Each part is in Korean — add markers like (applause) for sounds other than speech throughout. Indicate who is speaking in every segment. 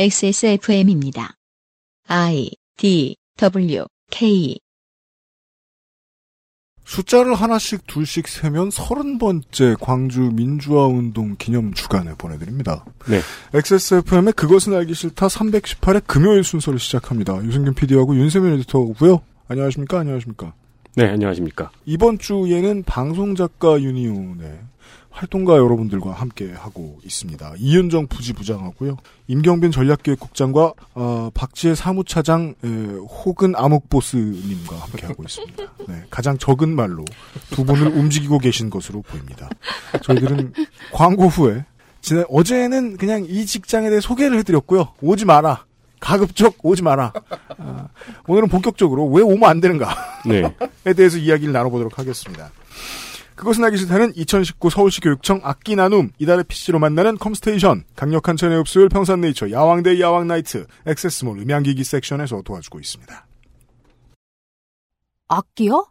Speaker 1: XSFM입니다. I D W K
Speaker 2: 숫자를 하나씩 둘씩 세면 서른 번째 광주 민주화운동 기념 주간을 보내드립니다.
Speaker 3: 네.
Speaker 2: XSFM의 그것은 알기 싫다 318의 금요일 순서를 시작합니다. 유승균 PD하고 윤세민 에디터고요. 안녕하십니까? 안녕하십니까?
Speaker 3: 네, 안녕하십니까.
Speaker 2: 이번 주에는 방송작가 유니온의 활동가 여러분들과 함께 하고 있습니다. 이윤정 부지부장하고요. 임경빈 전략기획국장과 어, 박지혜 사무차장 에, 혹은 암흑보스님과 함께 하고 있습니다. 네, 가장 적은 말로 두 분을 움직이고 계신 것으로 보입니다. 저희들은 광고 후에 지난 어제는 그냥 이 직장에 대해 소개를 해드렸고요. 오지 마라. 가급적 오지 마라. 아, 오늘은 본격적으로 왜 오면 안 되는가.
Speaker 3: (laughs) 네.
Speaker 2: 에 대해서 이야기를 나눠보도록 하겠습니다. 그것은 알기 싫다는 2019 서울시 교육청 악기 나눔, 이달의 PC로 만나는 컴스테이션, 강력한 체내 흡수율 평산네이처, 야왕대 야왕나이트, 액세스몰 음향기기 섹션에서 도와주고 있습니다.
Speaker 4: 악기요?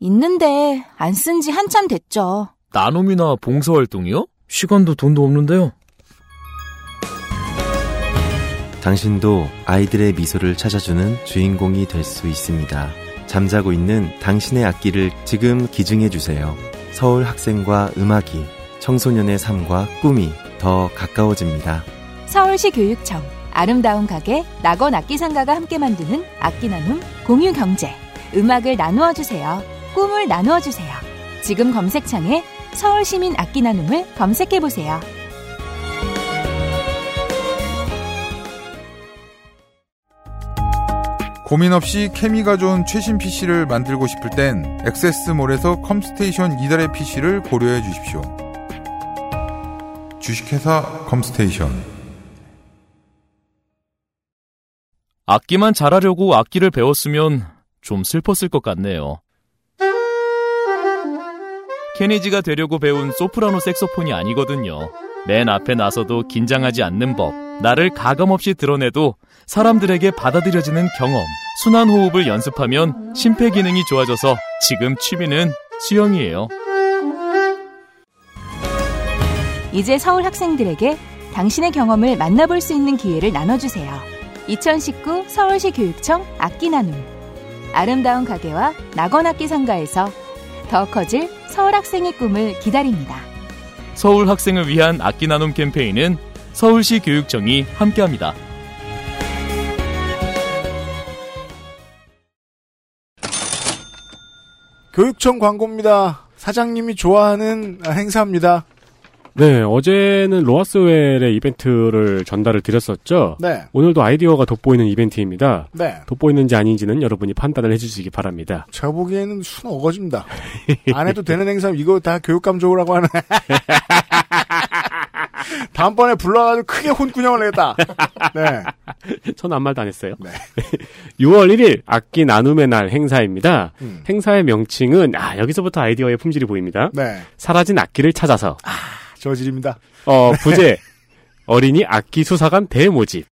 Speaker 4: 있는데 안 쓴 지 한참 됐죠.
Speaker 5: 나눔이나 봉사활동이요? 시간도 돈도 없는데요.
Speaker 6: 당신도 아이들의 미소를 찾아주는 주인공이 될 수 있습니다. 잠자고 있는 당신의 악기를 지금 기증해 주세요. 서울 학생과 음악이 청소년의 삶과 꿈이 더 가까워집니다.
Speaker 4: 서울시 교육청 아름다운 가게 낙원 악기 상가가 함께 만드는 악기 나눔 공유 경제 음악을 나누어 주세요. 꿈을 나누어 주세요. 지금 검색창에 서울 시민 악기 나눔을 검색해 보세요.
Speaker 7: 고민 없이 케미가 좋은 최신 PC를 만들고 싶을 땐 액세스몰에서 컴스테이션 이달의 PC를 고려해 주십시오. 주식회사 컴스테이션
Speaker 5: 악기만 잘하려고 악기를 배웠으면 좀 슬펐을 것 같네요. 케니지가 되려고 배운 소프라노 색소폰이 아니거든요. 맨 앞에 나서도 긴장하지 않는 법, 나를 가감없이 드러내도 사람들에게 받아들여지는 경험, 순환 호흡을 연습하면 심폐 기능이 좋아져서 지금 취미는 수영이에요.
Speaker 4: 이제 서울 학생들에게 당신의 경험을 만나볼 수 있는 기회를 나눠주세요. 2019 서울시 교육청 악기 나눔 아름다운 가게와 낙원 악기 상가에서 더 커질 서울 학생의 꿈을 기다립니다.
Speaker 5: 서울 학생을 위한 악기 나눔 캠페인은 서울시 교육청이 함께합니다.
Speaker 2: 교육청 광고입니다. 사장님이 좋아하는 아, 행사입니다.
Speaker 3: 네, 어제는 로아스웰의 이벤트를 전달을 드렸었죠.
Speaker 2: 네,
Speaker 3: 오늘도 아이디어가 돋보이는 이벤트입니다.
Speaker 2: 네.
Speaker 3: 돋보이는지 아닌지는 여러분이 판단을 해주시기 바랍니다.
Speaker 2: 제가 보기에는 순 어거집니다. 안 해도 되는 행사 이거 다 교육감 좋으라고 하는. (laughs) 다음번에 불러가지고 크게 혼꾸녕을 내겠다. 네.
Speaker 3: 전 아무 말도 안 했어요. (laughs)
Speaker 2: 네.
Speaker 3: 6월 1일 악기 나눔의 날 행사입니다.
Speaker 2: 음.
Speaker 3: 행사의 명칭은 아 여기서부터 아이디어의 품질이 보입니다.
Speaker 2: 네. 저질입니다
Speaker 3: 사라진 악기를 찾아서
Speaker 2: 저지립니다.
Speaker 3: 어, 부제. 어린이 악기 수사관 대모집.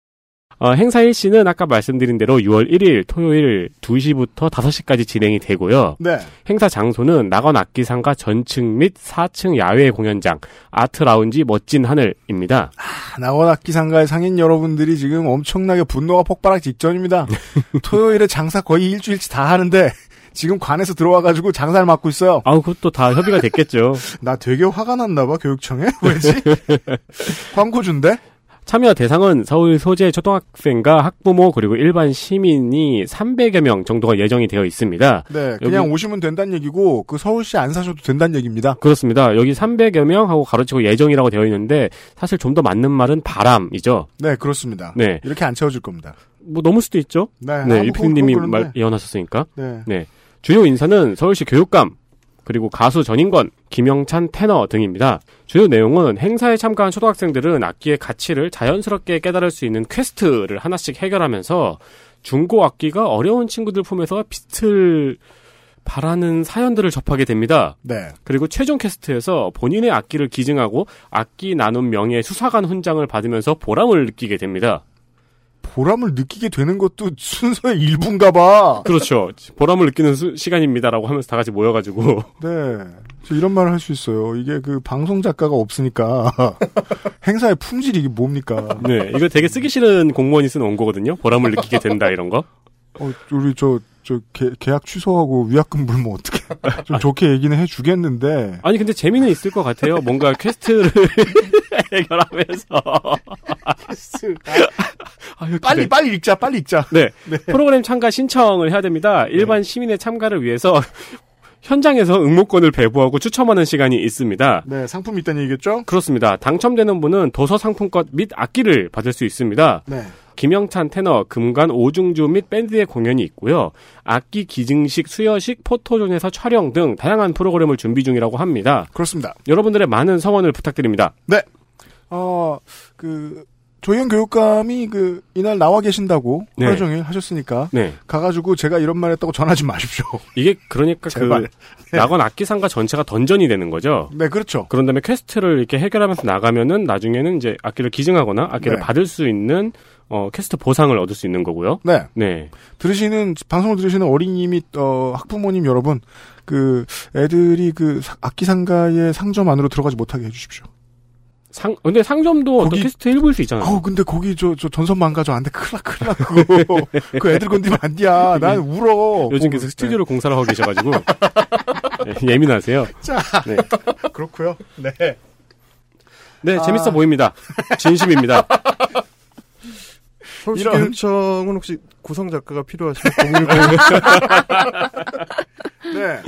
Speaker 3: 어, 행사 일시는 아까 말씀드린 대로 6월 1일 토요일 2시부터 5시까지 진행이 되고요.
Speaker 2: 네.
Speaker 3: 행사 장소는 낙원 악기 상가 전층 및 4층 야외 공연장, 아트 라운지 멋진 하늘입니다.
Speaker 2: 나원 악기상가의 상인 여러분들이 지금 엄청나게 분노가 폭발하기
Speaker 3: (laughs)
Speaker 2: 직전입니다. 토요일에 장사 거의 일주일치 다 하는데 지금 관에서 들어와가지고 장사를 맡고 있어요.
Speaker 3: 아우 그것도 다 협의가 됐겠죠.
Speaker 2: 나 되게 화가 났나봐 교육청에 (laughs) 왜지? 광고주인데?
Speaker 3: 참여 대상은 서울 소재 초등학생과 학부모 그리고 일반 시민이 300여 명 정도가 예정이 되어 있습니다.
Speaker 2: 네, 그냥 오시면 된다는 얘기고 그 서울시 안 사셔도 된다는 얘기입니다.
Speaker 3: 그렇습니다. 여기 300여 명하고 가로치고 예정이라고 되어 있는데 사실 좀 더 맞는 말은 바람이죠.
Speaker 2: 네, 그렇습니다.
Speaker 3: 네.
Speaker 2: 이렇게 안 채워줄 겁니다.
Speaker 3: 뭐 넘을 수도 있죠.
Speaker 2: 네,
Speaker 3: 네,
Speaker 2: 아무
Speaker 3: 유피님이
Speaker 2: 그런
Speaker 3: 말
Speaker 2: 그런데.
Speaker 3: 예언하셨으니까.
Speaker 2: 네.
Speaker 3: 주요 인사는 서울시 교육감 그리고 가수 전인권, 김영찬 테너 등입니다. 주요 내용은 행사에 참가한 초등학생들은 악기의 가치를 자연스럽게 깨달을 수 있는 퀘스트를 하나씩 해결하면서 중고 악기가 어려운 친구들 품에서 빛을 바라는 사연들을 접하게 됩니다.
Speaker 2: 네.
Speaker 3: 그리고 최종 퀘스트에서 본인의 악기를 기증하고 악기 나눔 명예 수사관 훈장을 받으면서 보람을 느끼게 됩니다.
Speaker 2: 보람을 느끼게 되는 것도 순서의 일부인가 봐.
Speaker 3: 그렇죠. 보람을 느끼는 수- 시간입니다라고 하면서 다 같이 모여가지고 (laughs)
Speaker 2: 네. 저 이런 말을 할 수 있어요. 이게 그 방송 작가가 없으니까 (laughs) 행사의 품질이 이게 뭡니까?
Speaker 3: 네 이거 되게 쓰기 싫은 공무원이 쓴 원고거든요. 보람을 느끼게 된다 이런 거.
Speaker 2: 어, 우리 저, 저 계, 계약 취소하고 위약금 물면 어떻게 좀 좋게 얘기는 해주겠는데
Speaker 3: 아니 근데 재미는 있을 것 같아요. 뭔가 퀘스트를 (laughs) 해결하면서 (laughs) 아유, 기대-
Speaker 2: 빨리 읽자 빨리 읽자
Speaker 3: 네. 프로그램 참가 신청을 해야 됩니다.
Speaker 2: 네.
Speaker 3: 일반 시민의 참가를 위해서 (laughs) 현장에서 응모권을 배부하고 추첨하는 시간이 있습니다.
Speaker 2: 네 상품이 있다는 얘기겠죠?
Speaker 3: 그렇습니다. 당첨되는 분은 도서 상품권 및 악기를 받을 수 있습니다.
Speaker 2: 네
Speaker 3: 김영찬 테너, 금관 오중주 및 밴드의 공연이 있고요. 악기 기증식, 수여식, 포토존에서 촬영 등 다양한 프로그램을 준비 중이라고 합니다.
Speaker 2: 그렇습니다.
Speaker 3: 여러분들의 많은 성원을 부탁드립니다.
Speaker 2: 어, 어그 조현 교육감이 그 이날 나와 계신다고
Speaker 3: 네.
Speaker 2: 하루 종일 하셨으니까
Speaker 3: 네.
Speaker 2: 가가지고 제가 이런 말했다고 전하지 마십시오.
Speaker 3: 이게 그러니까
Speaker 2: 제발.
Speaker 3: 그 (laughs) 낙원 악기상가 전체가 던전이 되는 거죠.
Speaker 2: 네 그렇죠.
Speaker 3: 그런 다음에 퀘스트를 이렇게 해결하면서 나가면은 나중에는 이제 악기를 기증하거나 악기를
Speaker 2: 네.
Speaker 3: 받을 수 있는 어, 퀘스트 보상을 얻을 수 있는 거고요.
Speaker 2: 네
Speaker 3: 네.
Speaker 2: 들으시는 방송을 들으시는 어린이 및 어, 학부모님 여러분 그 애들이 그 사- 악기 상가의 상점 안으로 들어가지 못하게 해주십시오.
Speaker 3: 상 근데 상점도 어떤
Speaker 2: 거기- 어,
Speaker 3: 퀘스트 일부일 수 있잖아요.
Speaker 2: 아우 근데 거기 저, 저 전선 망가져 안돼 큰일 나 큰일 나
Speaker 3: (laughs)
Speaker 2: 그거 그 애들 건드리면 안 돼야 난 울어
Speaker 3: 요즘 계속 스튜디오를 공사를 하고 계셔가지고 (laughs) 네, 예민하세요.
Speaker 2: 네, 그렇고요 네
Speaker 3: 네,
Speaker 8: 아.
Speaker 3: 재밌어 보입니다. 진심입니다.
Speaker 2: 이런-
Speaker 9: 서울시교육청은 혹시 구성 작가가 필요하시면 010
Speaker 2: 네.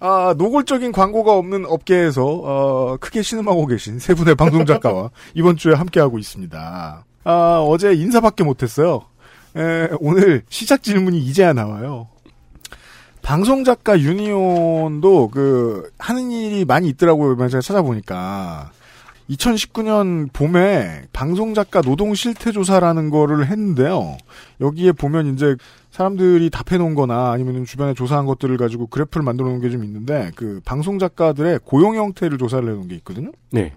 Speaker 2: 아, 노골적인 광고가 없는 업계에서 어, 크게 신음하고 계신 세 분의 방송 작가와 이번 주에 함께하고 있습니다. 아, 어제 인사밖에 못했어요. 에, 오늘 시작 질문이 이제야 나와요. 방송 작가 유니온도 그 하는 일이 많이 있더라고요. 이번에 제가 찾아보니까 2019년 봄에 방송 작가 노동 실태 조사라는 거를 했는데요. 여기에 보면 이제 사람들이 답해놓은거나 아니면 주변에 조사한 것들을 가지고 그래프를 만들어놓은 게 좀 있는데 그 방송 작가들의 고용 형태를 조사를 해놓은 게 있거든요.
Speaker 3: 네.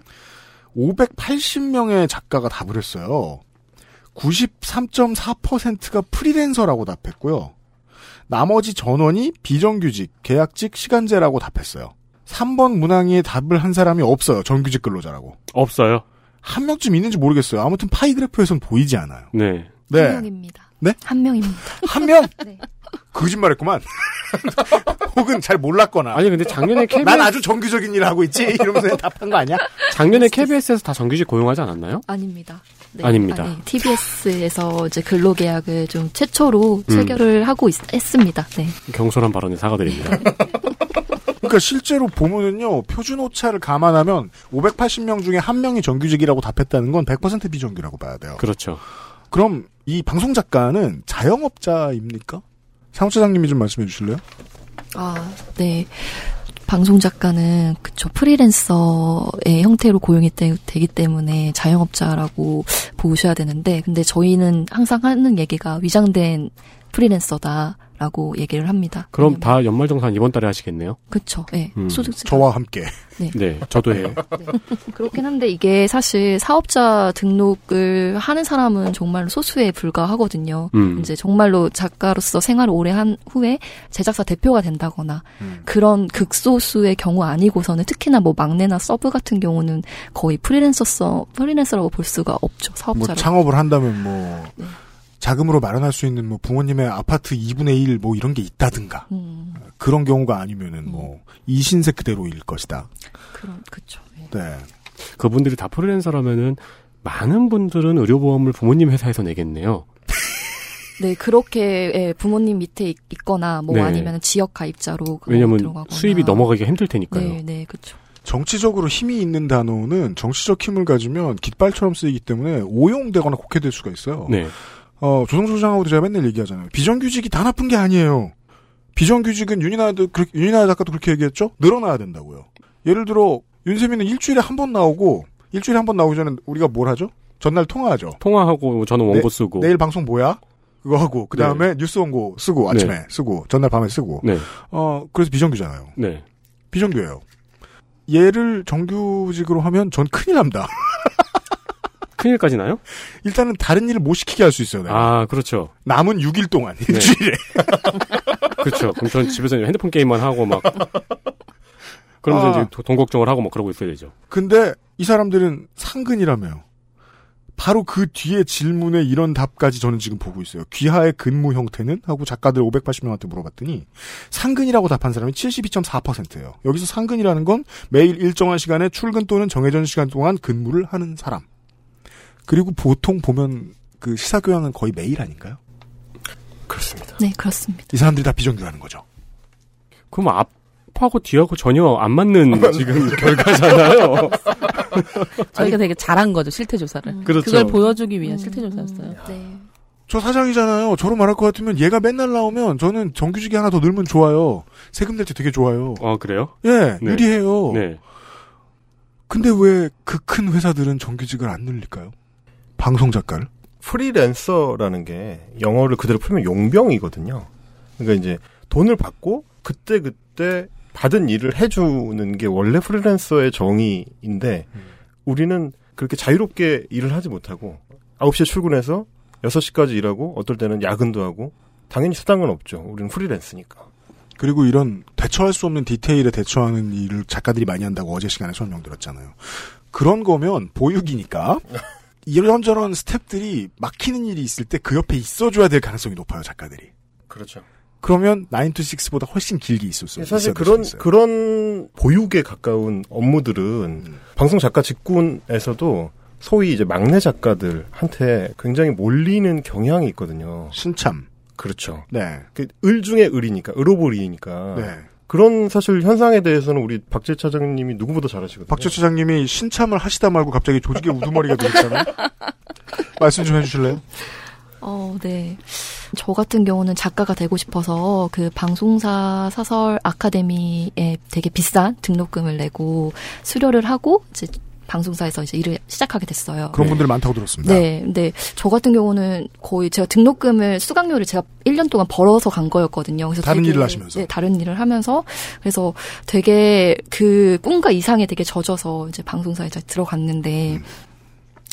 Speaker 2: 580명의 작가가 답을 했어요. 93.4%가 프리랜서라고 답했고요. 나머지 전원이 비정규직, 계약직, 시간제라고 답했어요. 3번 문항에 답을 한 사람이 없어요. 정규직 근로자라고.
Speaker 3: 없어요.
Speaker 2: 한 명쯤 있는지 모르겠어요. 아무튼 파이 그래프에선 보이지 않아요.
Speaker 3: 네.
Speaker 8: 한
Speaker 2: 네.
Speaker 8: 명입니다.
Speaker 2: 네?
Speaker 8: 한 명입니다.
Speaker 2: 한 명?
Speaker 8: (laughs) 네.
Speaker 2: 거짓말했구만. (laughs) 혹은 잘 몰랐거나.
Speaker 3: 아니
Speaker 8: (laughs)
Speaker 3: 근데 작년에 KBS
Speaker 2: 난 아주 정규적인 일을 하고 있지? 이러면서 답한 거 아니야?
Speaker 3: 작년에 KBS에서 다 정규직 고용하지 않았나요?
Speaker 8: 아닙니다. 네.
Speaker 3: 아닙니다.
Speaker 8: TBS에서 이제 근로계약을 좀 최초로
Speaker 4: 음.
Speaker 8: 체결을 하고 있- 했습니다. 네.
Speaker 3: 경솔한
Speaker 8: (laughs)
Speaker 3: 발언에 사과드립니다.
Speaker 2: 그러니까 실제로 보면은요, 표준 오차를 감안하면 580명 중에 한 명이 정규직이라고 답했다는 건 100% 비정규라고 봐야 돼요.
Speaker 3: 그렇죠.
Speaker 2: 그럼 이 방송 작가는 자영업자입니까? 사무처장님이 좀 말씀해 주실래요?
Speaker 8: 아, 네. 방송 작가는 그쵸 프리랜서의 형태로 고용이 되, 기 때문에 자영업자라고 보셔야 되는데 근데 저희는 항상 하는 얘기가 위장된 프리랜서다라고 얘기를 합니다.
Speaker 3: 그럼 다 연말정산 이번 달에 하시겠네요.
Speaker 8: 그쵸. 예.
Speaker 3: 음,
Speaker 8: 소득세
Speaker 2: 저와 함께.
Speaker 3: 네, 저도 해요.
Speaker 8: 그렇긴 한데 이게 사실 사업자 등록을 하는 사람은 정말 소수에 불과하거든요. (laughs)
Speaker 3: 음.
Speaker 8: 이제 정말로 작가로서 생활을 오래 한 후에 제작사 대표가 된다거나
Speaker 3: 음.
Speaker 8: 그런 극소수의 경우 아니고서는 특히나 뭐 막내나 서브 같은 경우는 거의 프리랜서서 프리랜서라고 볼 수가 없죠
Speaker 2: 뭐
Speaker 8: 사업자로.
Speaker 2: 창업을 한다면 뭐,
Speaker 8: 네.
Speaker 2: 자금으로 마련할 수 있는 뭐 부모님의 아파트 2분의 1 뭐 이런 게 있다든가.
Speaker 8: 음,
Speaker 2: 그런 경우가 아니면은 뭐, 이 신세 그대로일 것이다.
Speaker 8: 그런 그쵸. 예.
Speaker 2: 네.
Speaker 3: 그분들이 다 프리랜서라면은 많은 분들은 의료보험을 부모님 회사에서 내겠네요.
Speaker 8: 네 그렇게 예, 부모님 밑에 있, 거나뭐
Speaker 3: 네.
Speaker 8: 아니면 지역 가입자로 그런
Speaker 3: 왜냐면
Speaker 8: 들어가거나.
Speaker 3: 수입이 넘어가기가 힘들 테니까요.
Speaker 8: 네네 그쵸.
Speaker 2: 정치적으로 힘이 있는 단어는 정치적 힘을 가지면 깃발처럼 쓰이기 때문에 오용되거나 곡해될 수가 있어요.
Speaker 3: 네.
Speaker 2: 어, 조성조 소장하고도 제가 맨날 얘기하잖아요. 비정규직이 다 나쁜 게 아니에요. 비정규직은 윤이나도 그렇게- 윤이나 작가도 그렇게 얘기했죠. 늘어나야 된다고요. 예를 들어 윤세민은 일주일에 한 번 나오고 일주일에 한 번 나오기 전에 우리가 뭘 하죠? 전날 통화하죠.
Speaker 3: 통화하고 저는 원고
Speaker 8: 네.
Speaker 3: 쓰고.
Speaker 2: 내일 방송 뭐야? 그거 하고 그 다음에 뉴스 원고 쓰고 아침에 쓰고 전날 밤에 쓰고
Speaker 3: 네.
Speaker 2: 어 그래서 비정규잖아요.
Speaker 3: 네.
Speaker 2: 비정규예요. 얘를 정규직으로 하면 전 큰일 납니다.
Speaker 3: 큰일까지 나요?
Speaker 2: (laughs) 일단은 다른 일을 못 시키게 할 수 있어요.
Speaker 8: 네.
Speaker 2: 내가.
Speaker 3: 아, 그렇죠.
Speaker 2: 남은 6일 동안 일주일에 (laughs)
Speaker 3: 그렇죠. 그럼 전 집에서 이제 핸드폰 게임만 하고 막. 그러면서
Speaker 2: 아.
Speaker 3: 이제 도- 돈 걱정을 하고 막 그러고 있어야 되죠.
Speaker 2: 근데 이 사람들은 상근이라며요. 바로 그 뒤에 질문에 이런 답까지 저는 지금 보고 있어요. 귀하의 근무 형태는? 하고 작가들 580명한테 물어봤더니 상근이라고 답한 사람이 72.4%예요. 여기서 상근이라는 건 매일 일정한 시간에 출근 또는 정해진 시간 동안 근무를 하는 사람. 그리고 보통 보면 그 시사교양은 거의 매일 아닌가요?
Speaker 9: 그렇습니다.
Speaker 10: 네, 그렇습니다.
Speaker 2: 이 사람들이 다 비정규라는 거죠.
Speaker 3: 그럼 앞하고 뒤하고 전혀 안
Speaker 2: (laughs)
Speaker 3: 맞는 지금 결과잖아요.
Speaker 4: 저희가 되게 잘한 거죠 실태 조사를.
Speaker 3: 그렇죠.
Speaker 4: 그걸 보여주기 위한 실태
Speaker 10: 음,
Speaker 4: 조사였어요.
Speaker 10: 네.
Speaker 2: 저 사장이잖아요. 저로 말할 것 같으면 얘가 맨날 나오면 저는 정규직이 하나 더 늘면 좋아요. 세금 낼 때 되게 좋아요.
Speaker 3: 어, 그래요?
Speaker 2: 예,
Speaker 3: 네.
Speaker 2: 유리해요.
Speaker 3: 네.
Speaker 2: 근데 왜 그 큰 회사들은 정규직을 안 늘릴까요? 방송 작가를?
Speaker 9: 프리랜서라는 게 영어를 그대로 풀면 용병이거든요. 그러니까 이제 돈을 받고 그때 그때 받은 일을 해주는 게 원래 프리랜서의 정의인데
Speaker 3: 음.
Speaker 9: 우리는 그렇게 자유롭게 일을 하지 못하고 9시에 출근해서 6시까지 일하고 어떨 때는 야근도 하고 당연히 수당은 없죠. 우리는 프리랜스니까.
Speaker 2: 그리고 이런 대처할 수 없는 디테일에 대처하는 일을 작가들이 많이 한다고 어제 시간에 설명드렸잖아요. 그런 거면
Speaker 9: (laughs)
Speaker 2: 보육이니까 이런저런 스탭들이 막히는 일이 있을 때 그 옆에 있어줘야 될 가능성이 높아요, 작가들이.
Speaker 9: 그렇죠. 네,
Speaker 2: 그러면 9to6보다 훨씬 길게 있을 수 있어요.
Speaker 9: 사실 그런 그런 보육에 가까운 업무들은
Speaker 2: 음.
Speaker 9: 방송 작가 직군에서도 소위 이제 막내 작가들한테 굉장히 몰리는 경향이 있거든요.
Speaker 2: 신참.
Speaker 9: 그렇죠.
Speaker 2: 네.
Speaker 9: 그 을 중에 을이니까 을오보리니까
Speaker 2: 네.
Speaker 9: 그런 사실 현상에 대해서는 우리 박재 차장님이 누구보다 잘 아시거든요.
Speaker 2: 박주 차장님이 신참을 하시다 말고 갑자기 조직의 우두머리가
Speaker 9: (laughs)
Speaker 2: 되셨잖아요. 말씀 좀 해주실래요?
Speaker 10: 어, 네. 저 같은 경우는 작가가 되고 싶어서 그 방송사 사설 아카데미에 되게 비싼 등록금을 내고 수료를 하고 이제 방송사에서 이제 일을 시작하게 됐어요.
Speaker 2: 그런 분들 많다고 들었습니다.
Speaker 10: 네, 근데 저 같은 경우는 거의 제가 등록금을 수강료를 제가 1년 동안 벌어서 간 거였거든요. 그래서
Speaker 2: 다른
Speaker 10: 되게-
Speaker 2: 일을 하시면서?
Speaker 10: 네, 다른 일을 하면서 그래서 되게 그 꿈과 이상에 되게 젖어서 이제 방송사에 잘 들어갔는데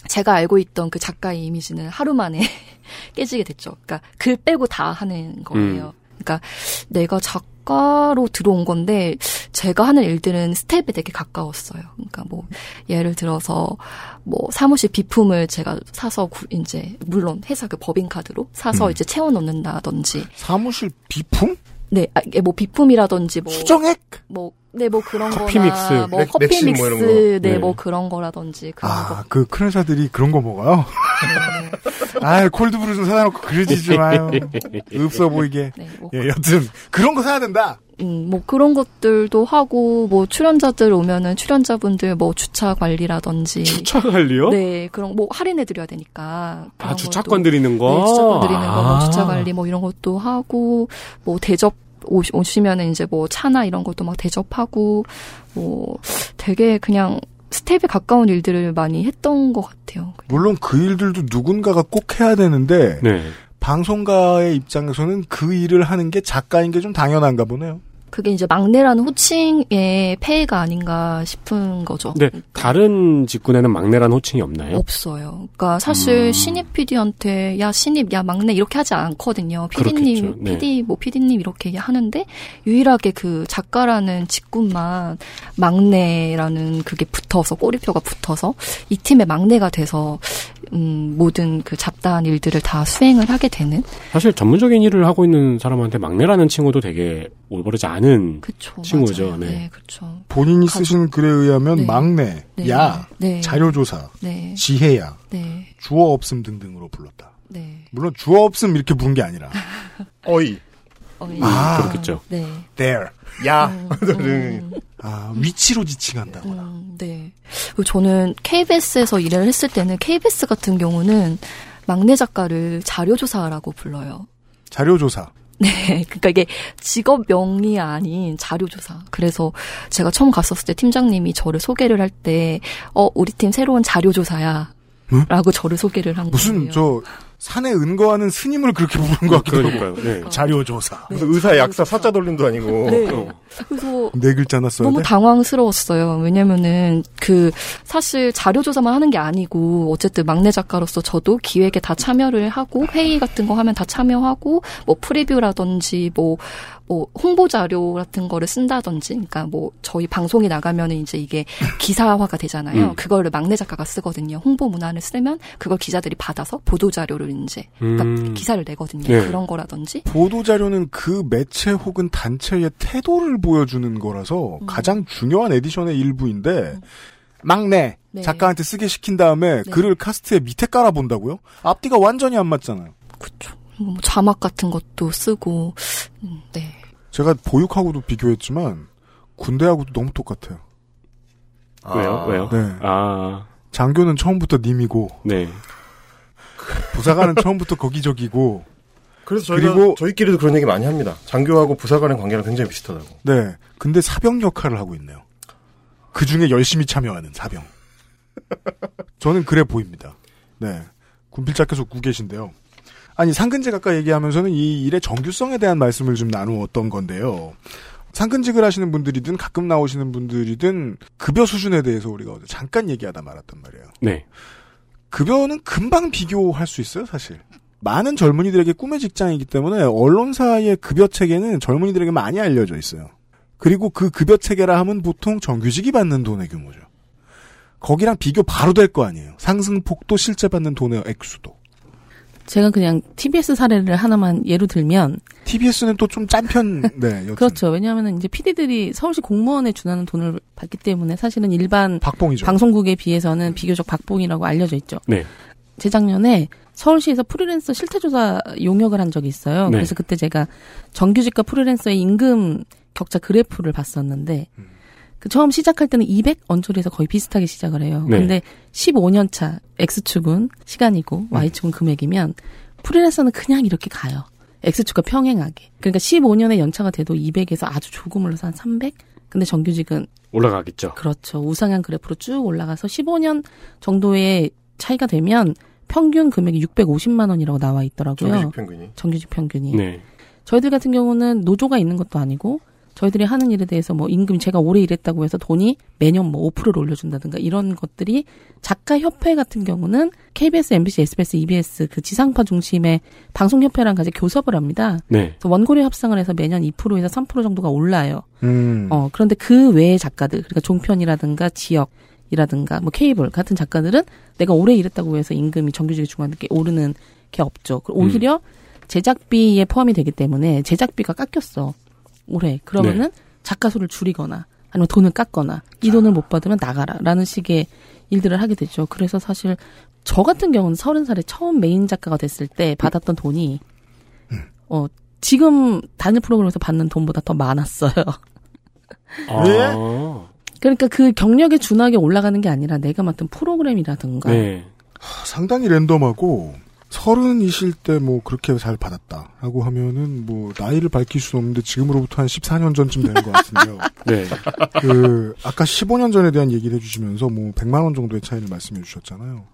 Speaker 10: 제가 알고 있던 그 작가의 이미지는 하루 만에 (laughs) 깨지게 됐죠. 그러니까 글 빼고 다 하는 거예요. 그러니까 내가 작가로 들어온 건데 제가 하는 일들은 스텝에 되게 가까웠어요. 그러니까 뭐 예를 들어서 뭐 사무실 비품을 제가 사서 구- 이제 물론 회사 그 법인 카드로 사서
Speaker 2: 음.
Speaker 10: 이제 채워 넣는다든지
Speaker 2: 사무실 비품?
Speaker 10: 네, 아, 이게 뭐 비품이라든지 뭐
Speaker 2: 수정액?
Speaker 10: 뭐, 네, 뭐 그런
Speaker 3: 커피
Speaker 10: 거나
Speaker 3: 믹스,
Speaker 10: 뭐
Speaker 9: 맥-
Speaker 10: 커피
Speaker 9: 맥심
Speaker 10: 믹스,
Speaker 9: 뭐 이런
Speaker 10: 네,
Speaker 3: 거. 네.
Speaker 10: 뭐 그런 거라든지 그런 거.
Speaker 2: 아, 그 큰 회사들이 그런 거
Speaker 10: (laughs)
Speaker 2: 먹어요? 아, 콜드브루 좀 사다 놓고 그러지 좀 마요. 없어 보이게.
Speaker 10: 네, 뭐
Speaker 2: 예, 여튼 그런 거 사야 된다.
Speaker 10: 음, 뭐 그런 것들도 하고 뭐 출연자들 오면은 출연자분들 뭐 주차 관리라든지
Speaker 3: 주차 관리요?
Speaker 10: 네 그런 뭐 할인해 드려야 되니까 그런
Speaker 3: 아,
Speaker 10: 것도-
Speaker 3: 주차권 드리는 거?
Speaker 10: 네, 주차권 드리는 거뭐
Speaker 3: 아.
Speaker 10: 주차 관리 뭐 이런 것도 하고 뭐 대접 오시, 오시면은 이제 뭐 차나 이런 것도 막 대접하고 뭐 되게 그냥 스텝에 가까운 일들을 많이 했던 것 같아요.
Speaker 2: 물론 그 일들도 누군가가 꼭 해야 되는데
Speaker 3: 네.
Speaker 2: 방송가의 입장에서는 그 일을 하는 게 작가인 게 좀 당연한가 보네요.
Speaker 10: 그게 이제 막내라는 호칭의 폐해가 아닌가 싶은 거죠.
Speaker 3: 근데 다른 직군에는 막내란 호칭이 없나요?
Speaker 10: 없어요. 그러니까 사실
Speaker 3: 예? 음.
Speaker 10: 신입 PD한테 야 신입 야 막내 이렇게 하지 않거든요.
Speaker 3: 그렇겠죠.
Speaker 10: PD님
Speaker 3: 네.
Speaker 10: PD 뭐 PD님 이렇게 하는데 유일하게 그 작가라는 직군만 막내라는 그게 붙어서 꼬리표가 붙어서 이 팀의 막내가 돼서 음 모든 그 잡다한 일들을 다 수행을 하게 되는
Speaker 3: 사실 전문적인 일을 하고 있는 사람한테 막내라는 칭호도 되게 올바르지 않은
Speaker 10: 그쵸
Speaker 3: 친구죠,
Speaker 10: 맞아요.
Speaker 3: 네.
Speaker 10: 네. 그쵸
Speaker 2: 본인이
Speaker 10: 가족.
Speaker 2: 쓰신 글에 의하면
Speaker 10: 네.
Speaker 2: 막내,
Speaker 10: 네.
Speaker 2: 야,
Speaker 10: 네.
Speaker 2: 자료조사,
Speaker 10: 네.
Speaker 2: 지혜야,
Speaker 10: 네.
Speaker 2: 주어 없음 등등으로 불렀다.
Speaker 10: 네.
Speaker 2: 물론 주어 없음 이렇게 부른 게
Speaker 10: (laughs)
Speaker 2: 아니라
Speaker 9: 어이,
Speaker 10: 어이.
Speaker 2: 아.
Speaker 3: 그렇겠죠.
Speaker 10: 네.
Speaker 2: there.
Speaker 9: 야,
Speaker 10: 음,
Speaker 2: (laughs)
Speaker 9: 네.
Speaker 10: 음.
Speaker 2: 아, 위치로 지칭한다거나.
Speaker 10: 음, 네. 그리고 저는 KBS에서 일을 했을 때는 KBS 같은 경우는 막내 작가를 자료조사라고 불러요. (laughs)
Speaker 2: 자료조사.
Speaker 10: 네, 그러니까 이게 직업명이 아닌 자료조사. 그래서 제가 처음 갔었을 때 팀장님이 저를 소개를 할 때, 어, 우리 팀 새로운 자료조사야.
Speaker 2: 응?
Speaker 10: 라고 저를 소개를 한 거예요.
Speaker 2: 무슨 저 산에 은거하는 스님을 그렇게 부른 것 같기도 하고.
Speaker 3: 그러니까요. 네.
Speaker 2: 자료 조사.
Speaker 10: 네,
Speaker 9: 아, 의사, 약사, 사자 돌림도 아니고.
Speaker 10: 네. 그래서
Speaker 2: 네 글자나 써야
Speaker 10: 너무
Speaker 2: 돼?
Speaker 10: 당황스러웠어요. 왜냐면은 그 사실 자료 조사만 하는 게 아니고 어쨌든 막내 작가로서 저도 기획에 다 참여를 하고 회의 같은 거 하면 다 참여하고 뭐 프리뷰라든지 뭐, 뭐 홍보 자료 같은 거를 쓴다든지 그러니까 뭐 저희 방송이 나가면은 이제 이게 기사화가 되잖아요.
Speaker 3: 음.
Speaker 10: 그거를 막내 작가가 쓰거든요. 홍보 문안을 쓰면 그걸 기자들이 받아서 보도 자료를 이제 그러니까
Speaker 3: 음.
Speaker 10: 기사를 내거든요.
Speaker 3: 네.
Speaker 10: 그런 거라든지
Speaker 2: 보도자료는 그 매체 혹은 단체의 태도를 보여주는 거라서
Speaker 10: 음.
Speaker 2: 가장 중요한 에디션의 일부인데, 막내,
Speaker 10: 네.
Speaker 2: 작가한테 쓰게 시킨 다음에
Speaker 10: 네.
Speaker 2: 글을 카스트에 밑에 깔아본다고요? 앞뒤가 완전히 안 맞잖아요.
Speaker 10: 그쵸. 뭐 자막 같은 것도 쓰고, 음, 네.
Speaker 2: 제가 보육하고도 비교했지만, 군대하고도 너무 똑같아요.
Speaker 3: 왜요? 왜요?
Speaker 2: 네.
Speaker 3: 아,
Speaker 2: 장교는 처음부터 님이고,
Speaker 3: 네.
Speaker 10: (laughs)
Speaker 2: 부사관은 처음부터 거기저기고,
Speaker 9: 그래서 저희가
Speaker 2: 그리고-
Speaker 9: 저희끼리도 그런 얘기 많이 합니다. 장교하고 부사관의 관계랑 굉장히 비슷하다고.
Speaker 2: 네. 근데 사병 역할을 하고 있네요. 그 중에 열심히 참여하는 사병. 저는 그래 보입니다. 네. 군필자께서 웃고 계신데요. 아니, 상근지 가까 얘기하면서는 이 일의 정규성에 대한 말씀을 좀 나누었던 건데요. 상근직을 하시는 분들이든 가끔 나오시는 분들이든 급여 수준에 대해서 우리가 어제 잠깐 얘기하다 말았단 말이에요.
Speaker 3: 네.
Speaker 2: 급여는 금방 비교할 수 있어요, 사실. 많은 젊은이들에게 꿈의 직장이기 때문에 언론사의 급여 체계는 젊은이들에게 많이 알려져 있어요. 그리고 그 급여 체계라 하면 보통 정규직이 받는 돈의 규모죠. 거기랑 비교 바로 될 거 아니에요. 상승폭도 실제 받는 돈의 액수도.
Speaker 4: 제가 그냥 TBS 사례를 하나만 예로 들면
Speaker 2: TBS는 또 좀 짠편, 네, 여튼.
Speaker 4: 그렇죠. 왜냐하면 이제 PD들이 서울시 공무원에 준하는 돈을 받기 때문에 사실은 일반
Speaker 2: 박봉이죠.
Speaker 4: 방송국에 비해서는 비교적 박봉이라고 알려져 있죠.
Speaker 3: 네.
Speaker 4: 재작년에 서울시에서 프리랜서 실태조사 용역을 한 적이 있어요.
Speaker 3: 네.
Speaker 4: 그래서 그때 제가 정규직과 프리랜서의 임금 격차 그래프를 봤었는데 그 처음 시작할 때는 200 언저리에서 거의 비슷하게 시작을 해요.
Speaker 3: 네.
Speaker 4: 근데 15년 차 X축은 시간이고 Y축은 금액이면 프리랜서는 그냥 이렇게 가요. X축과 평행하게. 그러니까 15년의 연차가 돼도 200에서 아주 조금 올라서 한 300? 근데 정규직은
Speaker 3: 올라가겠죠.
Speaker 4: 그렇죠. 우상향 그래프로 쭉 올라가서 15년 정도의 차이가 되면 평균 금액이 650만 원이라고 나와 있더라고요.
Speaker 9: 정규직 평균이.
Speaker 4: 정규직 평균이.
Speaker 2: 그-
Speaker 3: 네.
Speaker 4: 저희들 같은 경우는 노조가 있는 것도 아니고 저희들이 하는 일에 대해서 뭐 임금 이 제가 오래 일했다고 해서 돈이 매년 뭐 5%를 올려준다든가 이런 것들이 작가 협회 같은 경우는 KBS, MBC, SBS, EBS 그 지상파 중심의 방송협회랑 같이 교섭을 합니다.
Speaker 3: 네.
Speaker 4: 그래서 원고료 협상을 해서 매년 2%에서 3% 정도가 올라요.
Speaker 2: 음.
Speaker 4: 어, 그런데 그 외의 작가들, 그러니까 종편이라든가 지역이라든가 뭐 케이블 같은 작가들은 내가 오래 일했다고 해서 임금이 정규직에 중간에 이렇게 오르는 게 없죠. 그리고
Speaker 3: 음.
Speaker 4: 오히려 제작비에 포함이 되기 때문에 제작비가 깎였어. 올해. 그러면은
Speaker 10: 네.
Speaker 4: 작가 수를 줄이거나 아니면 돈을 깎거나 이 돈을 못 받으면 나가라. 라는 식의 일들을 하게 되죠. 그래서 사실 저 같은 경우는 서른 살에 처음 메인 작가가 됐을 때 받았던 돈이 어 지금 단일 프로그램에서 받는 돈보다 더 많았어요. (laughs)
Speaker 3: 아,
Speaker 4: 그러니까 그 경력에 준하게 올라가는 게 아니라 내가 맡은 프로그램이라든가
Speaker 3: 네.
Speaker 2: 상당히 랜덤하고 서른이실 때 뭐 그렇게 잘 받았다라고 하면은 뭐 나이를 밝힐 수는 없는데 지금으로부터 한 14년 전쯤 되는 것 같은데요.
Speaker 3: 네.
Speaker 2: 그 아까 15년 전에 대한 얘기를 해주시면서 뭐 100만 원 정도의 차이를 말씀해 주셨잖아요.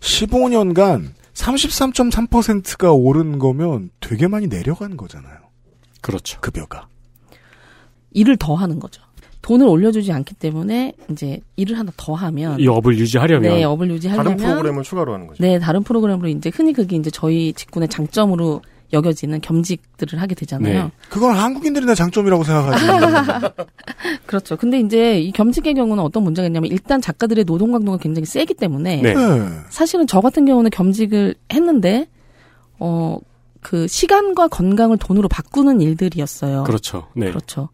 Speaker 2: 15년간 33.3%가 오른 거면 되게 많이 내려간 거잖아요.
Speaker 3: 그렇죠.
Speaker 2: 급여가.
Speaker 4: 일을 더 하는 거죠. 돈을 올려주지 않기 때문에 이제 일을 하나 더 하면
Speaker 3: 이 업을 유지하려면
Speaker 4: 네 업을 유지하려면
Speaker 9: 다른 프로그램을 추가로 하는 거죠.
Speaker 4: 네 다른 프로그램으로 이제 흔히 그게 이제 저희 직군의 장점으로 여겨지는 겸직들을 하게 되잖아요.
Speaker 3: 네.
Speaker 2: 그건 한국인들이나 장점이라고 생각하지.
Speaker 4: 그렇죠. 근데 이제 이 겸직의 경우는 어떤 문제가 있냐면 일단 작가들의 노동 강도가 굉장히 세기 때문에
Speaker 3: 네.
Speaker 2: 네.
Speaker 4: 사실은 저 같은 경우는 겸직을 했는데 어 그 시간과 건강을 돈으로 바꾸는 일들이었어요.
Speaker 3: 그렇죠. 네.
Speaker 4: 그렇죠.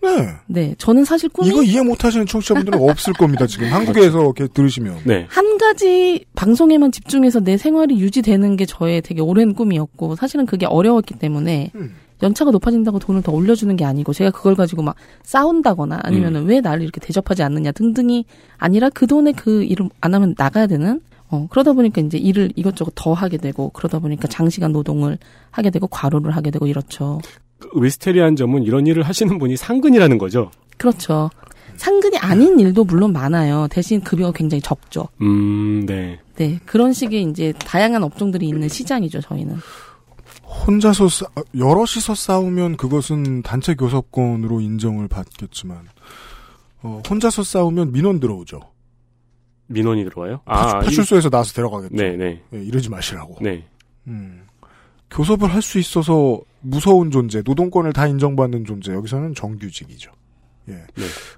Speaker 2: 네.
Speaker 4: 네, 저는 사실 꿈이
Speaker 2: 이거 이해 못하시는 청취자분들은 없을 겁니다. 지금 한국에서 이렇게 들으시면.
Speaker 3: 네.
Speaker 4: 한 가지 방송에만 집중해서 내 생활이 유지되는 게 저의 되게 오랜 꿈이었고 사실은 그게 어려웠기 때문에
Speaker 2: 음.
Speaker 4: 연차가 높아진다고 돈을 더 올려주는 게 아니고 제가 그걸 가지고 막 싸운다거나 아니면 은왜 나를 이렇게 대접하지 않느냐 등등이 아니라 그 돈에 그 일을 안 하면 나가야 되는 어 그러다 보니까 이제 일을 이것저것 더 하게 되고 그러다 보니까 장시간 노동을 하게 되고 과로를 하게 되고 이렇죠.
Speaker 3: 그 미스테리한 점은 이런 일을 하시는 분이 상근이라는 거죠.
Speaker 4: 그렇죠. 상근이 아닌 일도 물론 많아요. 대신 급여가 굉장히 적죠.
Speaker 3: 음, 네.
Speaker 4: 네. 그런 식의 이제 다양한 업종들이 있는 시장이죠, 저희는.
Speaker 2: 혼자서 싸, 여럿이서 싸우면 그것은 단체 교섭권으로 인정을 받겠지만 어, 혼자서 싸우면 민원 들어오죠.
Speaker 3: 민원이 들어와요? 아, 이-
Speaker 2: 파출소에서 나와서 데려가겠죠.
Speaker 3: 네, 네.
Speaker 2: 예, 이러지 마시라고.
Speaker 3: 네.
Speaker 2: 음. 교섭을 할 수 있어서 무서운 존재, 노동권을 다 인정받는 존재. 여기서는 정규직이죠. 예.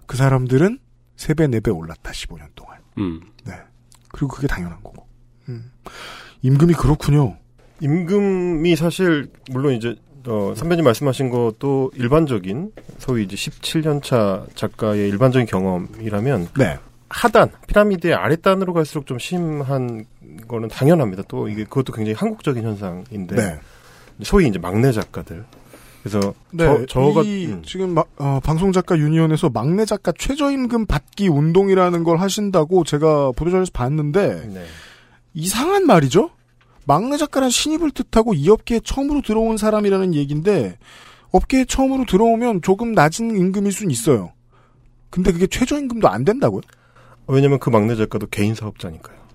Speaker 2: 그 사람들은 세배네 배 올랐다, 15년 동안.
Speaker 3: 음.
Speaker 2: 그리고 그게 당연한 거고. 음. 임금이 그렇군요.
Speaker 9: 임금이 사실 물론 이제 어, 선배님 말씀하신 것도 일반적인 소위 이제 17년 차 작가의 일반적인 경험이라면
Speaker 2: 네.
Speaker 9: 하단 피라미드의 아랫단으로 갈수록 좀 심한 거는 당연합니다. 또 이게 그것도 굉장히 한국적인 현상인데
Speaker 2: 네.
Speaker 9: 소위 이제 막내 작가들 그래서 저, 저가
Speaker 2: 네, 이
Speaker 9: 음.
Speaker 2: 지금 마- 어, 방송작가 유니온에서 막내 작가 최저임금 받기 운동이라는 걸 하신다고 제가 보도자료에서 봤는데
Speaker 9: 네.
Speaker 2: 이상한 말이죠. 막내 작가란 신입을 뜻하고 이 업계에 처음으로 들어온 사람이라는 얘기인데 업계에 처음으로 들어오면 조금 낮은 임금일 순 있어요. 근데 그게 최저임금도 안 된다고요?
Speaker 9: 왜냐면 그 막내 작가도 개인 사업자니까요.
Speaker 2: 아.